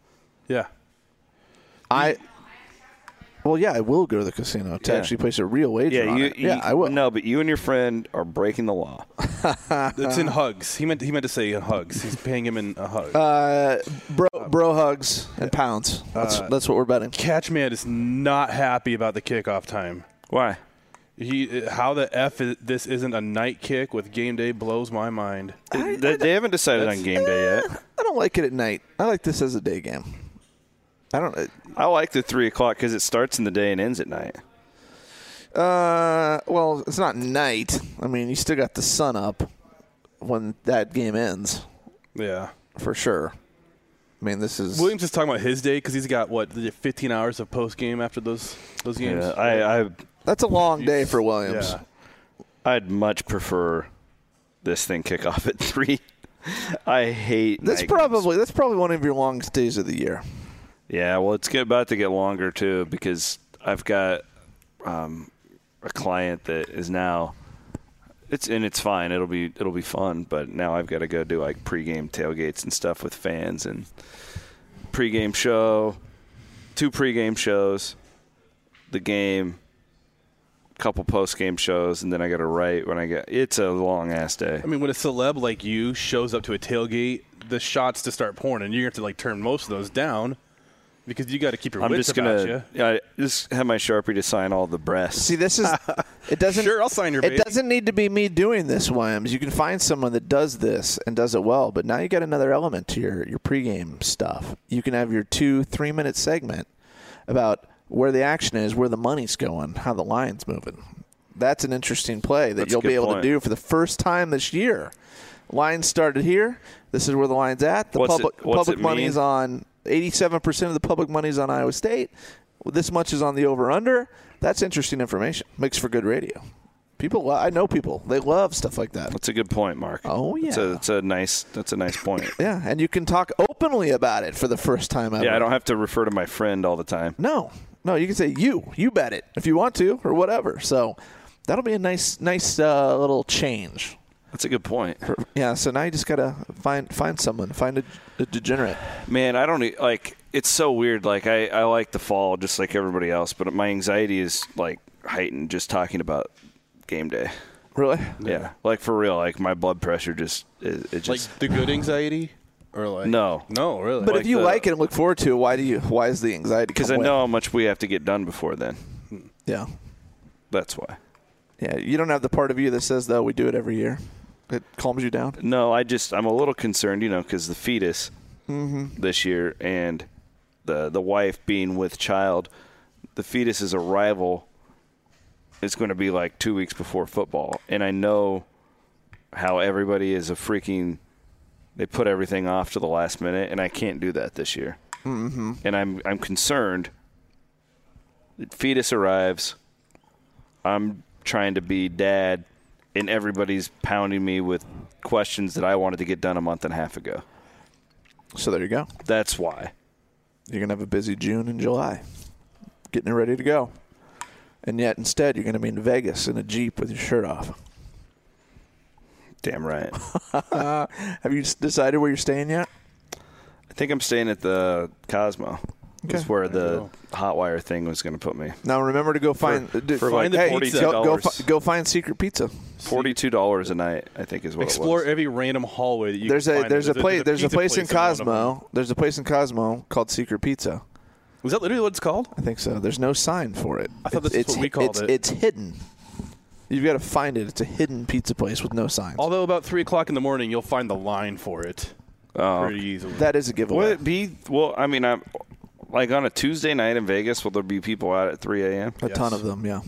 S8: Yeah.
S7: I. Well, yeah, I will go to the casino to
S6: Yeah.
S7: actually place a real wager.
S6: Yeah,
S7: on
S6: you,
S7: it. yeah,
S6: you-
S7: I will.
S6: No, but you and your friend are breaking the law.
S8: [laughs] It's in hugs. He meant he meant to say hugs. He's paying him in a hug.
S7: Uh, bro, bro hugs and pounds. That's that's what we're betting.
S8: Catchman is not happy about the kickoff time.
S6: Why?
S8: He how the f is, this isn't a night kick with game day blows my mind.
S6: they, they haven't decided on game day yet.
S8: [laughs]
S7: I don't like it at night. I like this as a day game. I don't.
S6: I like the three o'clock because it starts in the day and ends at night.
S7: Uh, well, it's not night. I mean, you still got the sun up when that game ends
S8: Yeah.
S7: for sure. I mean, this is
S8: Williams is talking about his day because he's got what the 15 hours of post game after those those games.
S6: Yeah, I, I
S7: that's a long day for Williams.
S8: Yeah.
S6: I'd much prefer this thing kick off at three. [laughs] I hate
S7: That's
S6: night games.
S7: probably that's probably one of your longest days of the year.
S6: Yeah, well, it's get, about to get longer too because I've got um, a client that is now. It's and it's fine. It'll be it'll be fun, but now I've got to go do like pregame tailgates and stuff with fans and pregame show, two pregame shows, the game, couple postgame shows, and then I got to write when I get. It's a long ass day.
S8: I mean, when a celeb like you shows up to a tailgate, the shots to start pouring, and you're gonna have to like turn most of those down because you got to keep your
S6: I'm
S8: wits
S6: just
S8: about
S6: gonna yeah, I just have my sharpie to sign all the breasts.
S7: See,
S8: [laughs]
S7: this is it doesn't.
S8: Sure, I'll sign your
S7: It
S8: baby.
S7: doesn't need to be me doing this, Williams. You can find someone that does this and does it well. But now you got another element to your your pregame stuff. You can have your two three minute segment about where the action is, where the money's going, how the line's moving. That's an interesting play that
S6: That's a
S7: you'll
S6: good
S7: be able
S6: point.
S7: to do for the first time this year. Lines started here. This is where the line's at. The
S6: What's it-
S7: public
S6: what's
S7: public
S6: it
S7: money
S6: mean?
S7: is on 87% of the public money is on Iowa State. This much is on the over under. That's interesting information. Makes for good radio. People, lo- I know people. They love stuff like that.
S6: That's a good point, Mark.
S7: Oh,
S6: That's
S7: yeah.
S6: a, that's a nice. That's a nice
S7: [laughs]
S6: point.
S7: Yeah, and you can talk openly about it for the first time ever.
S6: yeah, I don't have to refer to my friend all the time.
S7: No, no, you can say you, you bet it if you want to or whatever. So that'll be a nice, nice uh, little change.
S6: That's a good point,
S7: Yeah. So now you just gotta find find someone, find a, a degenerate.
S6: man. I don't e- like. It's so weird. Like I, I like the fall just like everybody else, but my anxiety is like heightened just talking about game day.
S7: Really?
S6: Yeah, like for real. Like my blood pressure just it, it
S8: you.
S6: just
S8: Like the good anxiety, or like
S6: No.
S8: no, really.
S7: But
S6: Like
S7: if you
S6: the-
S7: like it and look forward to it, why do you? Why is the anxiety?
S6: because I
S7: come with?
S6: know how much we have to get done before then.
S7: Yeah.
S6: That's why.
S7: Yeah. You don't have the part of you that says though we do it every year. It calms you down.
S6: No, I just I'm a little concerned, you know, because the fetus this year and the the wife being with child, the fetus's arrival is going to be like two weeks before football, and I know how everybody is a freaking. They put everything off to the last minute, and I can't do that this year. Mm-hmm. And I'm I'm concerned. The fetus arrives. I'm trying to be dad, and everybody's pounding me with questions that I wanted to get done a month and a half ago.
S7: So there you go.
S6: That's why.
S7: You're gonna have a busy June and July, getting it ready to go. And yet, instead, you're going to be in Vegas in a jeep with your shirt off.
S6: Damn
S7: [laughs]
S6: right.
S7: Have you s- decided where you're staying yet?
S6: I think I'm staying at the Cosmo. That's
S7: Okay.
S6: where the hot wire thing was going to put me.
S7: Now remember to go find do-
S6: for like
S7: hey,
S6: $42.
S7: Go, go, fi- go find Secret Pizza.
S6: Forty-two dollars a night, I think, is what
S8: explore
S6: it was.
S8: every random hallway that you.
S7: There's
S8: can
S7: a
S8: find.
S7: there's a place there's a
S8: pizza
S7: place in
S8: one of them.
S7: Cosmo. There's a place in Cosmo called Secret Pizza.
S8: Was that literally what it's called?
S7: I think so. There's no sign for it.
S8: I thought that's
S7: it's,
S8: what we
S7: it's,
S8: called
S7: it's,
S8: it.
S7: It's hidden. You've got to find it. It's a hidden pizza place with no signs.
S8: Although about three o'clock in the morning, you'll find the line for it pretty easily.
S7: Oh. that is a giveaway.
S6: Would it be? Well, I mean, I'm like on a Tuesday night in Vegas. Will there be people out at three a.m.?
S7: A ton of them. Yeah.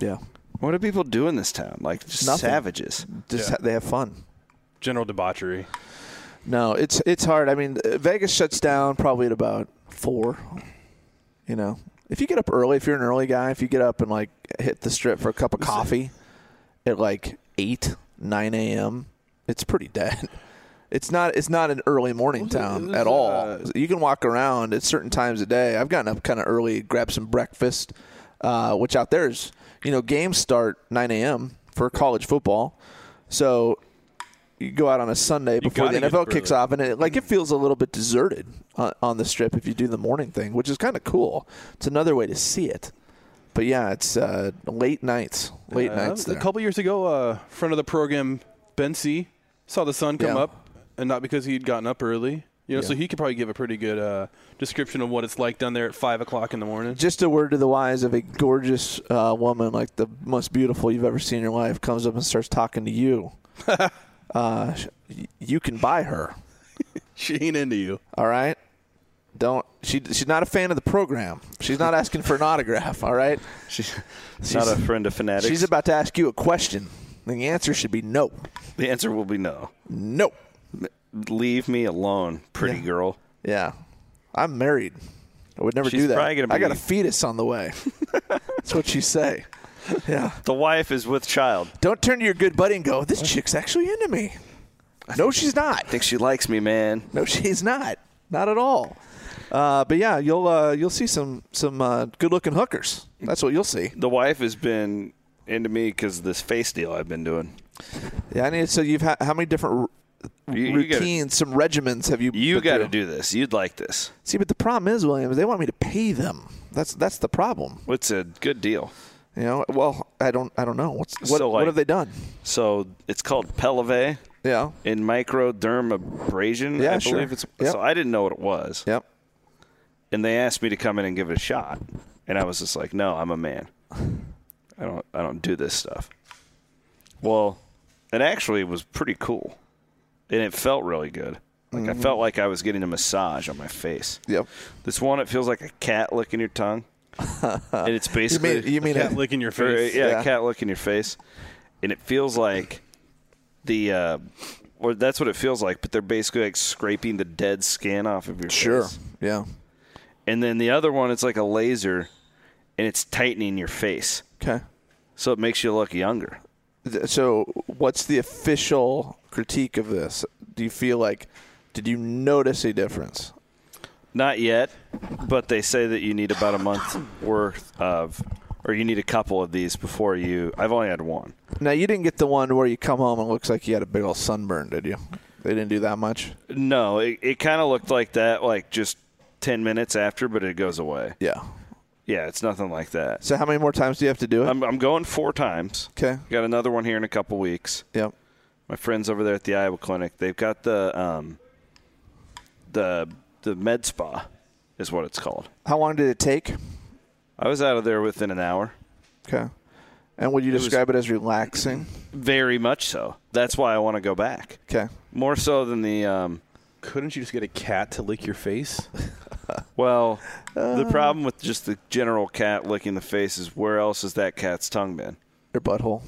S7: Yeah.
S6: What do people do in this town? Like just
S7: Nothing.
S6: savages.
S8: Yeah.
S7: Just ha- they have fun.
S8: General debauchery.
S7: No, it's it's hard. I mean, uh, Vegas shuts down probably at about four. You know, if you get up early, if you're an early guy, if you get up and like hit the strip for a cup of coffee at like eight, nine a.m., it's pretty dead. [laughs] It's not. It's not an early morning town at all. you can walk around at certain times of day. I've gotten up kind of early, grab some breakfast, uh, which out there's you know games start nine a.m. for college football, so you go out on a Sunday before
S8: gotta
S7: the
S8: get
S7: NFL
S8: up
S7: kicks
S8: early.
S7: off, and it like it feels a little bit deserted on, on the strip if you do the morning thing, which is kind of cool. It's another way to see it. But yeah, it's uh, late nights, late
S8: Uh,
S7: nights. There.
S8: A couple years ago, uh, friend of the program, Ben C, saw the sun come
S7: Yeah.
S8: up, and not because he'd gotten up early. You know, so he could probably give a pretty good uh, description of what it's like down there at five o'clock in the morning.
S7: just a word to the wise of a gorgeous uh, woman, like the most beautiful you've ever seen in your life, comes up and starts talking
S6: [laughs]
S7: to you. uh, sh- y- you can
S6: [laughs]
S7: buy her.
S8: she ain't into you.
S7: All right. Don't she? She's not a fan of the program. She's not asking for an autograph. All right.
S6: [laughs] She's, not a friend of fanatics.
S7: She's about to ask you a question. and The answer should be no,
S6: the answer will be no.
S7: no.
S6: Leave me alone, pretty
S7: Yeah.
S6: girl.
S7: Yeah, I'm married. I would never
S6: She's
S7: do that.
S6: probably gonna
S7: I got a
S6: be-
S7: fetus on
S6: [laughs]
S7: the way. That's what you say. Yeah.
S6: The wife is with child.
S7: Don't turn to your good buddy and go, this chick's actually into me. No, she's not.
S6: think she likes me, man.
S7: No, [laughs] she's not. Not at all. Uh, but yeah, you'll uh, you'll see some some uh, good looking hookers. That's what you'll see.
S6: The wife has been into me because of this face deal I've been doing.
S7: Yeah, I need. So you've had how many different r-
S6: You- you gotta-
S7: routines, some regimens have you?
S6: You
S7: been
S6: got to
S7: through?
S6: do this. You'd like this.
S7: See, but the problem is, Williams, they want me to pay them. That's that's the problem.
S6: It's a good deal.
S7: You know. Well, I don't I don't know. What's what,
S6: So, like-
S7: what have they done?
S6: So it's called Pelave
S7: Yeah.
S6: in microdermabrasion.
S7: Yeah,
S6: I
S7: sure.
S6: believe it's.
S7: Yep.
S6: So I didn't know what it was.
S7: Yep.
S6: and they asked me to come in and give it a shot, and I was just like, "No, I'm a man. I don't I don't do this stuff." Well, it actually was pretty cool, and it felt really good. Like I felt like I was getting a massage on my face.
S7: Mm-hmm. Yep.
S6: This one, it feels like a cat licking your
S7: [laughs]
S6: tongue, and it's
S7: You
S6: basically
S7: mean you mean
S8: Cat
S7: a-
S8: licking your
S6: or, uh,
S8: face.
S6: yeah,
S7: Yeah.
S6: a cat look in your face, and it feels like the, uh, or that's what it feels like. But they're basically like scraping the dead skin off of your
S7: sure?
S6: face.
S7: Yeah.
S6: And then the other one, it's like a laser, and it's tightening your face,
S7: Okay.
S6: so it makes you look younger.
S7: Th- So, what's the official critique of this? Do you feel like did you notice a difference?
S6: Not yet, but they say that you need about a month worth of, or you need a couple of these before you. I've only had one.
S7: Now, you didn't get the one where you come home and it looks like you had a big old sunburn, did you? They didn't do that much.
S6: No, it, it kind of looked like that, like just ten minutes after, but it goes away.
S7: Yeah.
S6: Yeah, it's nothing like that.
S7: So, how many more times do you have to do it?
S8: Um,
S6: I'm, I'm going four times.
S7: 'Kay.
S6: Got another one here in a couple weeks.
S7: yep.
S6: My friends over there at the Iowa Clinic, they've got the um, the the med spa, is what it's called.
S7: How long did it take?
S6: I was out of there within an hour.
S7: Okay. And would you
S6: was-
S7: describe it as relaxing?
S6: Very much so. That's why I want to go back.
S7: Okay.
S6: More so than the um,
S8: Couldn't you just get a cat to lick your face?
S6: well, the problem with just the general cat licking the face is where else has that cat's tongue been?
S7: Your butthole.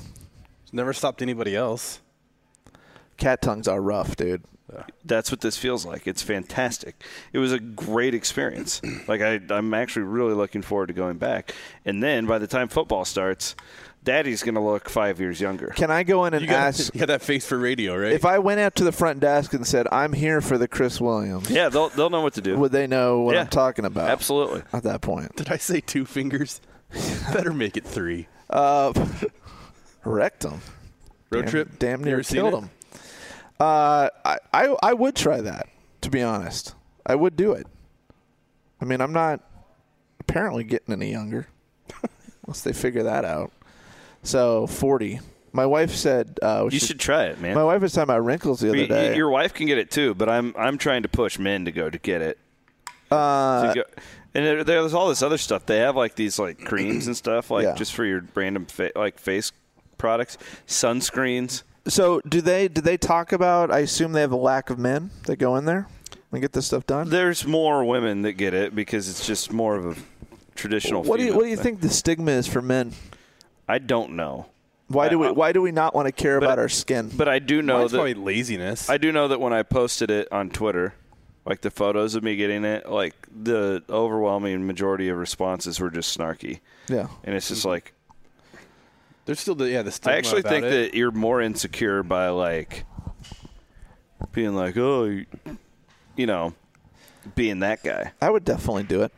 S8: It's never stopped anybody else.
S7: Cat tongues are rough, dude.
S6: that's what this feels like. It's fantastic. It was a great
S7: [clears throat]
S6: experience. Like I, I'm actually really looking forward to going back. And then by the time football starts, Daddy's gonna look five years younger.
S7: Can I go in and
S8: You got, [laughs]
S7: ask
S8: you got that face for radio, right?
S7: if I went out to the front desk and said, "I'm here for the Chris Williams"?
S6: Yeah, they'll they'll know what to do.
S7: Would they know what
S6: Yeah.
S7: I'm talking about?
S6: Absolutely.
S7: At that point.
S8: Did I say two
S7: [laughs]
S8: fingers? Better make it three.
S7: Uh, wrecked him.
S8: Road
S7: Damn-
S8: trip.
S7: Damn
S8: You
S7: near
S8: ever seen
S7: killed
S8: it?
S7: him. Uh, I, I I would try that. To be honest, I would do it. I mean, I'm not apparently getting any younger, [laughs] unless they figure that out. So 40. My wife said uh,
S6: You
S7: she-
S6: should try it, man.
S7: My wife was talking about wrinkles the
S6: Y-
S7: other
S6: y-
S7: day.
S6: Your wife can get it too, but I'm I'm trying to push men to go to get it. Uh, and there, there's all this other stuff. They have like these like creams and stuff, like
S7: Yeah.
S6: just for your random fa- like face products, sunscreens.
S7: so do they? Do they talk about? I assume they have a lack of men that go in there and get this stuff done.
S6: There's more women that get it because it's just more of a traditional.
S7: What do you
S6: female
S7: What do you
S6: thing.
S7: think the stigma is for men?
S6: I don't know,
S7: Why do
S6: I-
S7: we
S6: I-
S7: Why do we not want to care about
S6: But-
S7: our skin?
S6: but I do know
S8: Mine's
S6: that
S8: probably laziness.
S6: I do know that when I posted it on Twitter, like the photos of me getting it, like the overwhelming majority of responses were just snarky,
S7: yeah.
S6: and it's just like
S8: Mm-hmm. There's still the yeah the stigma
S6: I actually
S8: about
S6: think
S8: it.
S6: that you're more insecure by like being like, oh, you, you know, being that guy.
S7: I would definitely do it.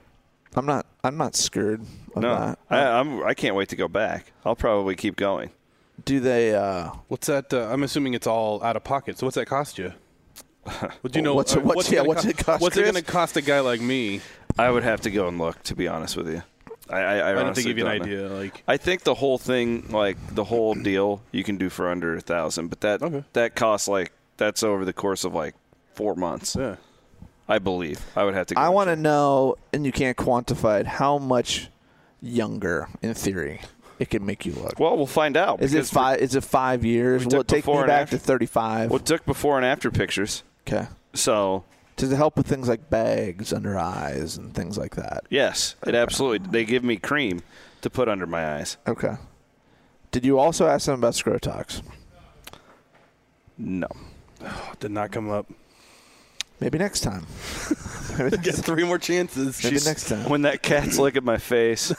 S7: I'm not. I'm not scared of
S6: No,
S7: that.
S6: I, I'm. I can't wait to go back. I'll probably keep going.
S7: do they? Uh,
S8: What's that? Uh, I'm assuming it's all out of pocket. So what's that cost
S6: [laughs]
S8: you? What do you know?
S7: What's- what's- yeah,
S8: gonna
S7: what's it cost,
S8: What's it
S7: Chris?
S8: going to cost a guy like me?
S6: I would have to go and look, to be honest with you. I, I, I
S8: I don't
S6: honestly
S8: think give you an
S6: don't know.
S8: idea. Like
S6: I think the whole thing, like the whole deal, you can do for under a thousand, but that
S8: Okay.
S6: that costs like that's over the course of like four months,
S8: yeah.
S6: I believe. I would have to. Go
S7: I
S6: and
S7: want to
S6: check.
S7: know, and you can't quantify it. How much younger, in theory, it can make you look?
S6: Well, we'll find out.
S7: is it
S6: because we-
S7: five? Is it five years?
S6: we
S7: Will
S6: took
S7: it take me
S6: before and
S7: back
S6: after.
S7: to 35?
S6: We took before and after pictures,
S7: okay.
S6: so
S7: Does it help with things like bags under eyes and things like that?
S6: yes, it absolutely. They give me cream to put under my eyes.
S7: Okay. Did you also ask them about scrotox?
S6: No,
S8: Oh, did not come up.
S7: Maybe
S6: [laughs]
S7: next time. [laughs] Maybe
S8: Get
S7: next,
S8: [laughs] three more chances.
S7: maybe
S8: She's-
S7: next time.
S6: when that cat's looking at my face.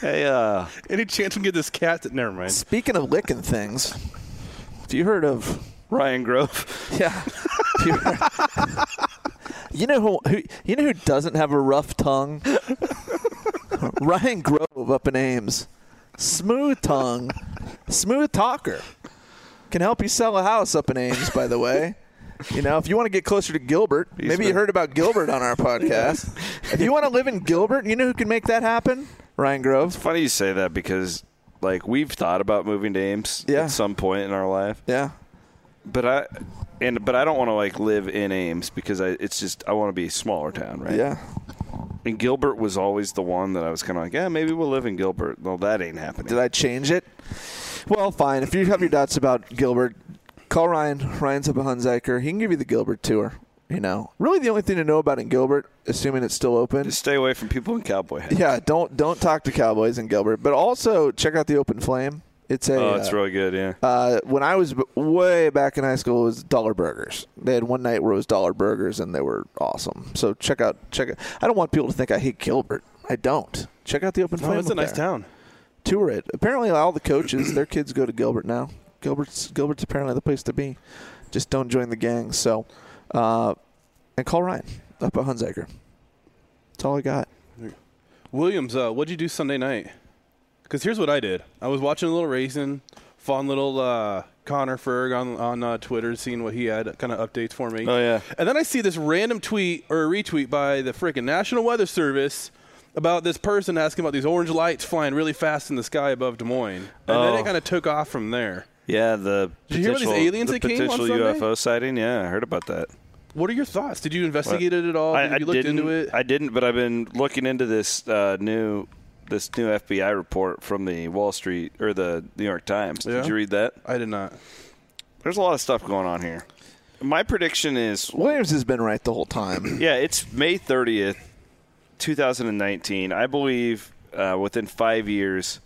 S6: Hey, uh,
S8: Any chance we can get this cat? To, never mind.
S7: Speaking of licking things, have you heard of
S6: Ryan Grove.
S7: Yeah. [laughs] you you know who, who you know who doesn't have a rough tongue? Ryan Grove up in Ames. Smooth tongue. Smooth talker. Can help you sell a house up in Ames, by the way. You know, if you want to get closer to Gilbert, maybe you
S6: been-
S7: heard about Gilbert on our podcast. if you want to live in Gilbert, you know who can make that happen? Ryan Grove.
S6: Funny you say that because like we've thought about moving to Ames
S7: Yeah.
S6: at some point in our life,
S7: Yeah.
S6: but I and but I don't want to like live in Ames because I it's just I want to be a smaller town, right?
S7: Yeah.
S6: And Gilbert was always the one that I was kind of like, yeah, maybe we'll live in Gilbert. Well, that ain't happening.
S7: Did I change it? Well, fine. If you have your doubts about Gilbert, call Ryan. Ryan's up at Hunziker. He can give you the Gilbert tour. You know, really, the only thing to know about in Gilbert, assuming it's still open,
S6: Just stay away from people in cowboy hats.
S7: yeah, don't don't talk to Cowboys in Gilbert. But also check out the Open Flame. It's a
S6: Oh, it's
S7: uh,
S6: really good. Yeah.
S7: uh, when I was b- way back in high school, it was dollar burgers. They had one night where it was dollar burgers, and they were awesome. So check out check. Out. I don't want people to think I hate Gilbert. I don't. Check out the open.
S8: No,
S7: Flame
S8: it's a
S7: up
S8: nice
S7: there.
S8: town.
S7: Tour it. Apparently, all the coaches, their kids go to Gilbert now. Gilbert's Gilbert's apparently the place to be. Just don't join the gang. So, uh, and call Ryan up at Hunziker. That's all I got.
S8: Williams, uh, what'd you do Sunday night? Because here's what I did. I was watching a little racing, following little uh, Connor Ferg on on uh, Twitter, seeing what he had, kind of updates for me.
S6: Oh, yeah.
S8: And then I see this random tweet or retweet by the freaking National Weather Service about this person asking about these orange lights flying really fast in the sky above Des Moines, and then
S6: Oh.
S8: it kind of took off from there.
S6: yeah. The
S8: Did you hear about these
S6: potential-
S8: aliens
S6: the
S8: that came on
S6: potential
S8: Sunday?
S6: UFO sighting? Yeah, I heard about that.
S8: What are your thoughts? Did you investigate it at all?
S6: I,
S8: Have
S6: I
S8: you looked
S6: didn't,
S8: into it?
S6: I didn't, but I've been looking into this uh, new this new FBI report from the Wall Street or the New York Times.
S8: Yeah?
S6: Did you read that?
S8: I did not.
S6: There's a lot of stuff going on here. My prediction is
S7: Williams has been right the whole time.
S6: Yeah, it's May 30th, 2019. I believe uh, within five years,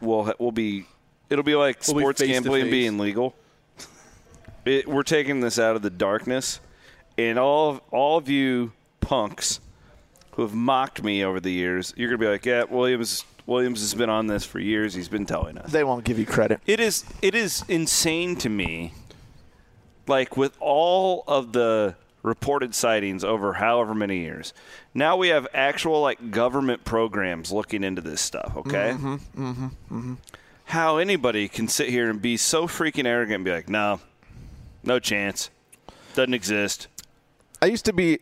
S6: we'll ha- we'll be it'll be like
S8: We'll be
S6: sports
S8: face to
S6: gambling
S8: face.
S6: being legal. It, we're taking this out of the darkness, and all all of you punks who have mocked me over the years, you're gonna be like, yeah, Williams Williams has been on this for years. He's been telling us
S7: [clears throat] They won't give you credit.
S6: it is it is insane to me like with all of the reported sightings over however many years now we have actual like government programs looking into this stuff okay mm-hmm, mm-hmm, mm-hmm. how anybody can sit here and be so freaking arrogant and be like no no chance doesn't exist
S7: I used to be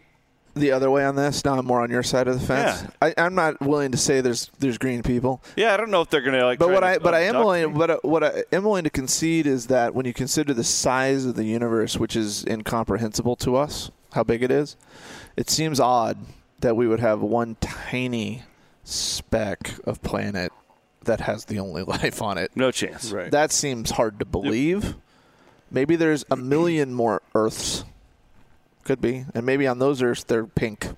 S7: the other way on this. Now I'm more on your side of the fence. I, I'm not willing to say there's there's green people,
S6: yeah i don't know if they're gonna like
S7: but
S6: try
S7: what
S6: to
S7: I but I am
S6: abduct
S7: willing
S6: me.
S7: but uh, what I am willing to concede is that when you consider the size of the universe, which is incomprehensible to us, how big it is, it seems odd that we would have one tiny speck of planet that has the only [laughs] life on it.
S6: no chance
S8: Right.
S7: That seems hard to believe. Maybe there's a million more Earths. Could be. And maybe on those Earths, they're pink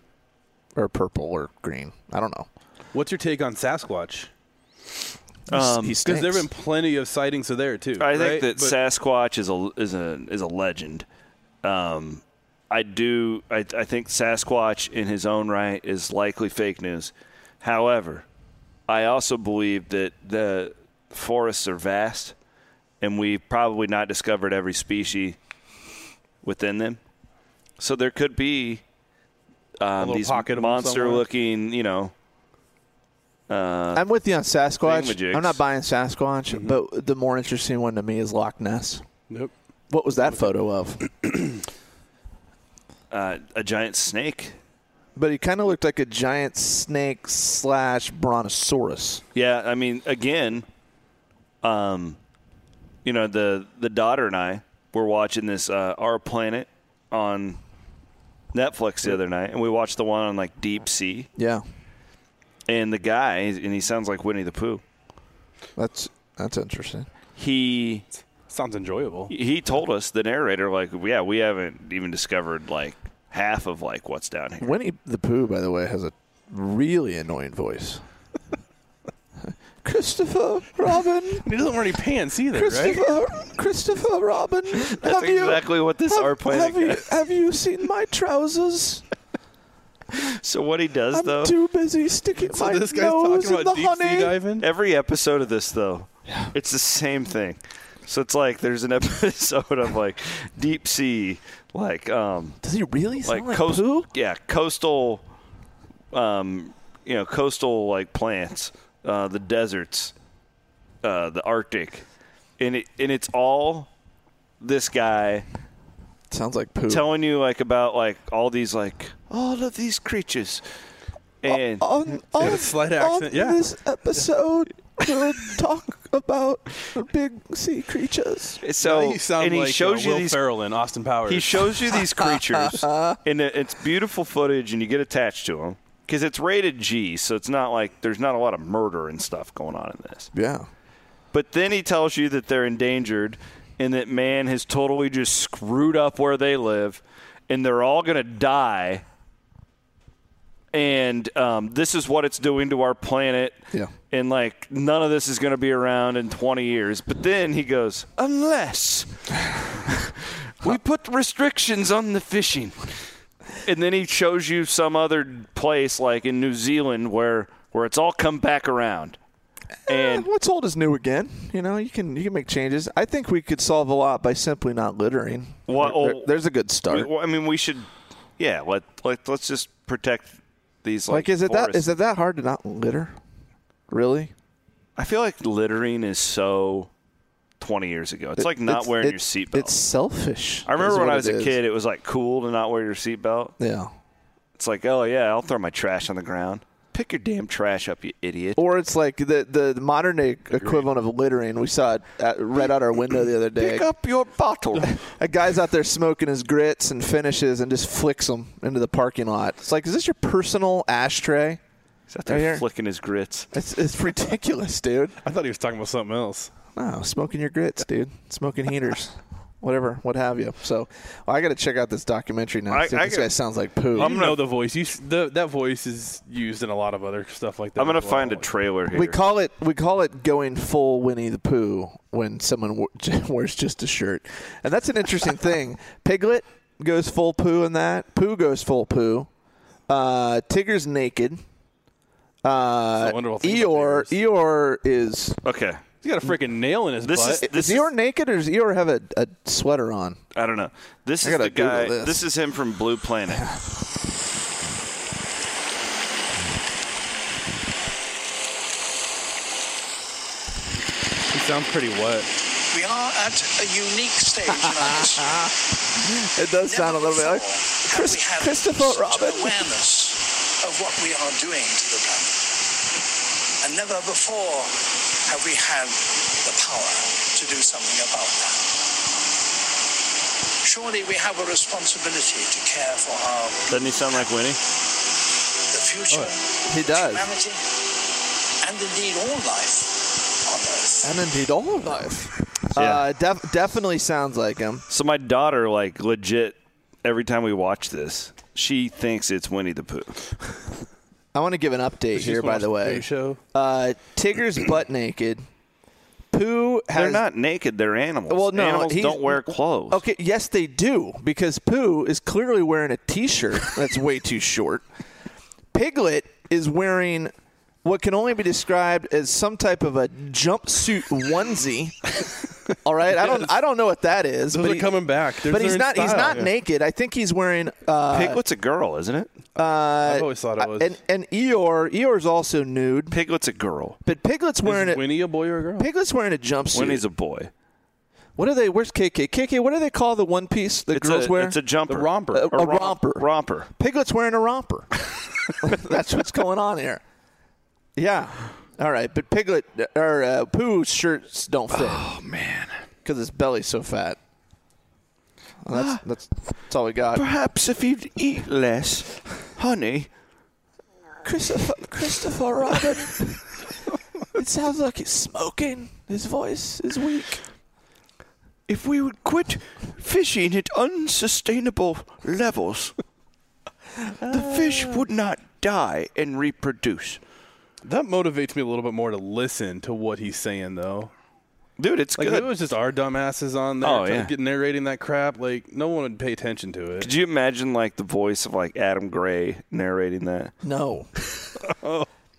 S7: or purple or green. I don't know.
S8: What's your take on Sasquatch?
S6: um,
S7: He
S8: Because
S7: stinks.
S8: there have been plenty of sightings of there too.
S6: I
S8: right?
S6: think that
S8: But-
S6: Sasquatch is a is a is a legend. Um, I do. I, I think Sasquatch in his own right is likely fake news. However, I also believe that the forests are vast, and we've probably not discovered every species within them. So there could be um,
S8: little
S6: these
S8: pocket of 'em somewhere.
S6: monster-looking, you know,
S7: I'm with you on Sasquatch.
S6: Thingamajigs.
S7: I'm not buying Sasquatch, but the more interesting one to me is Loch Ness.
S8: Nope.
S7: What was that photo of?
S6: uh, a giant snake.
S7: But he kind of looked like a giant snake slash brontosaurus.
S6: Yeah, I mean, again, um, you know, the the daughter and I were watching this uh, Our Planet on Netflix the other night, and we watched the one on like deep sea,
S7: Yeah,
S6: and the guy, and he sounds like Winnie the Pooh.
S7: that's that's interesting.
S6: He
S8: Sounds enjoyable.
S6: he told us the narrator, like, yeah, we haven't even discovered like half of like what's down here.
S7: Winnie the Pooh, by the way, has a really annoying voice. [laughs] Christopher
S8: [laughs]
S7: Robin.
S8: He doesn't wear any pants either, right?
S7: Christopher, Christopher Robin. That's
S6: exactly what this
S7: have,
S6: Our Planet
S7: have you,
S6: guy-
S7: have you seen my
S8: [laughs]
S7: trousers?
S6: So what he does
S7: I'm
S6: though,
S7: too busy sticking
S8: So
S7: my
S8: this guy's
S7: nose
S8: talking
S7: in the
S8: about deep sea
S7: honey.
S8: diving.
S6: every episode of this though it's the same thing so it's like there's an [laughs] episode of like deep sea like um
S7: Does he really
S6: like,
S7: sound like,
S6: coast-
S7: Pooh?
S6: yeah coastal um you know coastal like plants uh the deserts uh the arctic and it and it's all this guy
S7: Sounds like Pooh.
S6: telling you like about like all these like all of
S8: Oh,
S6: these creatures and
S7: on on,
S8: slight
S7: on
S8: accent, yeah.
S6: [laughs]
S7: this episode to talk about big sea creatures.
S6: So
S8: you sound
S6: and he
S8: like
S6: shows
S8: uh,
S6: you
S8: Will
S6: these
S8: Ferrell in Austin Powers.
S6: He shows you these creatures, and it- it's beautiful footage, and you get attached to them because it's rated G, so it's not like there's not a lot of murder and stuff going on in this.
S7: Yeah.
S6: But then he tells you that they're endangered, and that man has totally just screwed up where they live, and they're all gonna die. And um, this is what it's doing to our planet.
S7: Yeah.
S6: And like none of this is going to be around in 20 years. But then he goes, unless [laughs] we put restrictions on the fishing. And then he shows you some other place like in New Zealand where where it's all come back around.
S7: Eh,
S6: And
S7: what's old is new again. You know, you can you can make changes. I think we could solve a lot by simply not littering.
S6: Well,
S7: There- there-
S6: oh,
S7: there's a good start.
S6: we- well, I mean we should yeah, let, let let's just protect these like,
S7: like, is it that
S6: forests.
S7: is it that hard to not litter? Really?
S6: I feel like littering is so 20 years ago. It's like not
S7: It's-
S6: wearing your
S7: it's-
S6: seatbelt.
S7: It's selfish.
S6: I
S7: is
S6: remember when
S7: what
S6: I was
S7: it
S6: a
S7: is.
S6: kid, it was like cool to not wear your seatbelt.
S7: Yeah.
S6: It's like, oh yeah, I'll throw my trash on the ground. Pick your damn trash up, you idiot.
S7: Or it's like the the, the modern day equivalent of littering. We saw it at, right out our window the other day.
S6: Pick up your bottle.
S7: A guy's out there smoking his grits and finishes and just flicks them into the parking lot. It's like, is this your personal ashtray?
S6: He's out
S7: Right
S6: there
S7: here.
S6: flicking his grits.
S7: It's, it's ridiculous, dude.
S8: I thought he was talking about something else.
S7: No, smoking your grits, dude. Smoking heaters. Whatever, what have you. So well, I got to check out this documentary now.
S6: I-
S7: see if
S6: I
S7: this
S6: gotta-
S7: guy sounds like poo.
S8: You know the voice. You s- the, that voice is used in a lot of other stuff like that.
S6: I'm gonna
S8: as well.
S6: find a trailer here.
S7: we call it we call it going full Winnie the Pooh when someone w- [laughs] wears just a shirt, and that's
S6: [laughs]
S7: an interesting thing. Piglet goes full poo in that. Pooh goes full poo. Uh, Tigger's naked.
S8: It's
S7: Uh,
S8: a wonderful thing about
S7: Eeyore
S8: neighbors.
S7: Eeyore is
S6: okay,
S8: He's got a freaking nail in his
S6: This
S8: butt.
S6: is-
S7: is Eeyore naked or does Eeyore have a, a sweater
S9: [laughs]
S7: on?
S6: I don't know. This
S7: I
S6: is
S7: gotta
S6: the guy.
S7: Google
S6: This.
S7: this.
S6: is him from Blue Planet.
S8: he sounds pretty wet.
S9: We are at a unique stage in our history.
S7: It
S9: Never
S7: does sound a little bit like
S9: before have
S7: Chris-
S9: we had
S7: Christopher
S9: such
S7: Robin.
S9: An awareness of what we are doing to the planet. And never before have we had the power to do something about that. Surely we have a responsibility to care for our
S6: Doesn't he sound like Winnie?
S9: the future,
S7: Oh, he does.
S9: humanity, and indeed all life on Earth.
S7: And indeed, all of life.
S6: Yeah.
S7: Uh, def- definitely sounds like him.
S6: So my daughter, like legit, every time we watch this, she thinks it's Winnie the Pooh.
S7: I want to give an update here, by the way.
S8: show.
S7: Uh, Tigger's butt naked. Pooh has.
S6: They're not naked. They're animals.
S7: Well, no,
S6: animals
S7: he's-
S6: don't wear clothes.
S7: Okay, yes, they do, because Pooh is clearly wearing a t shirt [laughs] that's way too short. Piglet is wearing what can only be described as some type of a jumpsuit onesie. All right, I don't, I don't know what that is.
S8: Those
S7: but
S8: are
S7: he-
S8: coming back. They're-
S7: but
S8: they're
S7: he's
S8: in
S7: not, he's
S8: style.
S7: not
S8: Yeah.
S7: naked. I think he's wearing. Uh,
S6: Piglet's a girl, isn't it?
S8: I've always thought it was.
S7: and and Eeyore, Eeyore's also nude,
S6: Piglet's a girl.
S7: but Piglet's wearing
S8: is
S7: a
S8: Winnie a boy or a girl?
S7: Piglet's wearing a jumpsuit.
S6: Winnie's a boy.
S7: What are they? Where's KK? KK, what do they call the one piece the
S6: It's
S7: girls
S6: a,
S7: wear?
S6: It's a jumper.
S8: The romper.
S7: A-
S6: A,
S7: a
S6: romp-
S7: romper.
S6: Romper.
S7: Piglet's wearing a romper. [laughs] That's what's going on here. Yeah. All right, but Piglet or uh, Pooh's shirts don't fit. Oh man, because his belly's so fat. Well, that's, that's that's all we got.
S6: Ah. Perhaps if you'd eat less, honey.
S7: Christopher Christopher Robin. it sounds like he's smoking. His voice is weak.
S6: if we would quit fishing at unsustainable levels, the fish would not die and reproduce.
S8: That motivates me a little bit more to listen to what he's saying, though.
S6: Dude, it's
S8: Like if
S6: good.
S8: it was just our dumbasses on there
S6: Oh,
S8: trying to
S6: yeah.
S8: get narrating that crap. Like no one would pay attention to it.
S6: Could you imagine like the voice of like Adam Gray narrating that?
S7: No.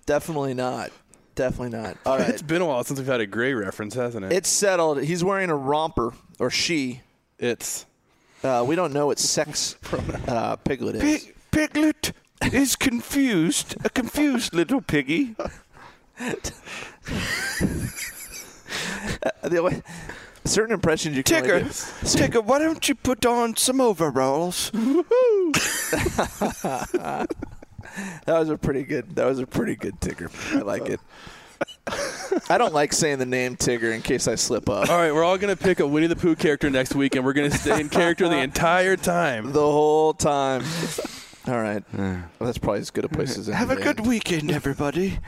S7: Definitely not. Definitely not. All right.
S8: It's been a while since we've had a Gray reference, hasn't it?
S7: It's settled. He's wearing a romper, or she.
S8: it's
S7: Uh, we don't know what sex uh, piglet is.
S6: Piglet is confused, a confused little
S7: [laughs]
S6: piggy.
S7: Uh, The way- certain impressions you can. only
S6: Tigger,
S7: get-
S6: Tigger, why don't you put on some
S7: [laughs]
S6: overalls?
S7: That was a pretty good. That was a pretty good ticker. I like it. I don't like saying the name Tigger in case I slip up.
S8: All right, we're all going to pick a Winnie the Pooh character next week, and we're going to stay in character
S6: [laughs]
S8: the entire time.
S7: The whole time. All right. Well, that's probably as good a place as any.
S10: Have a
S7: to
S10: good
S7: end.
S10: weekend, everybody.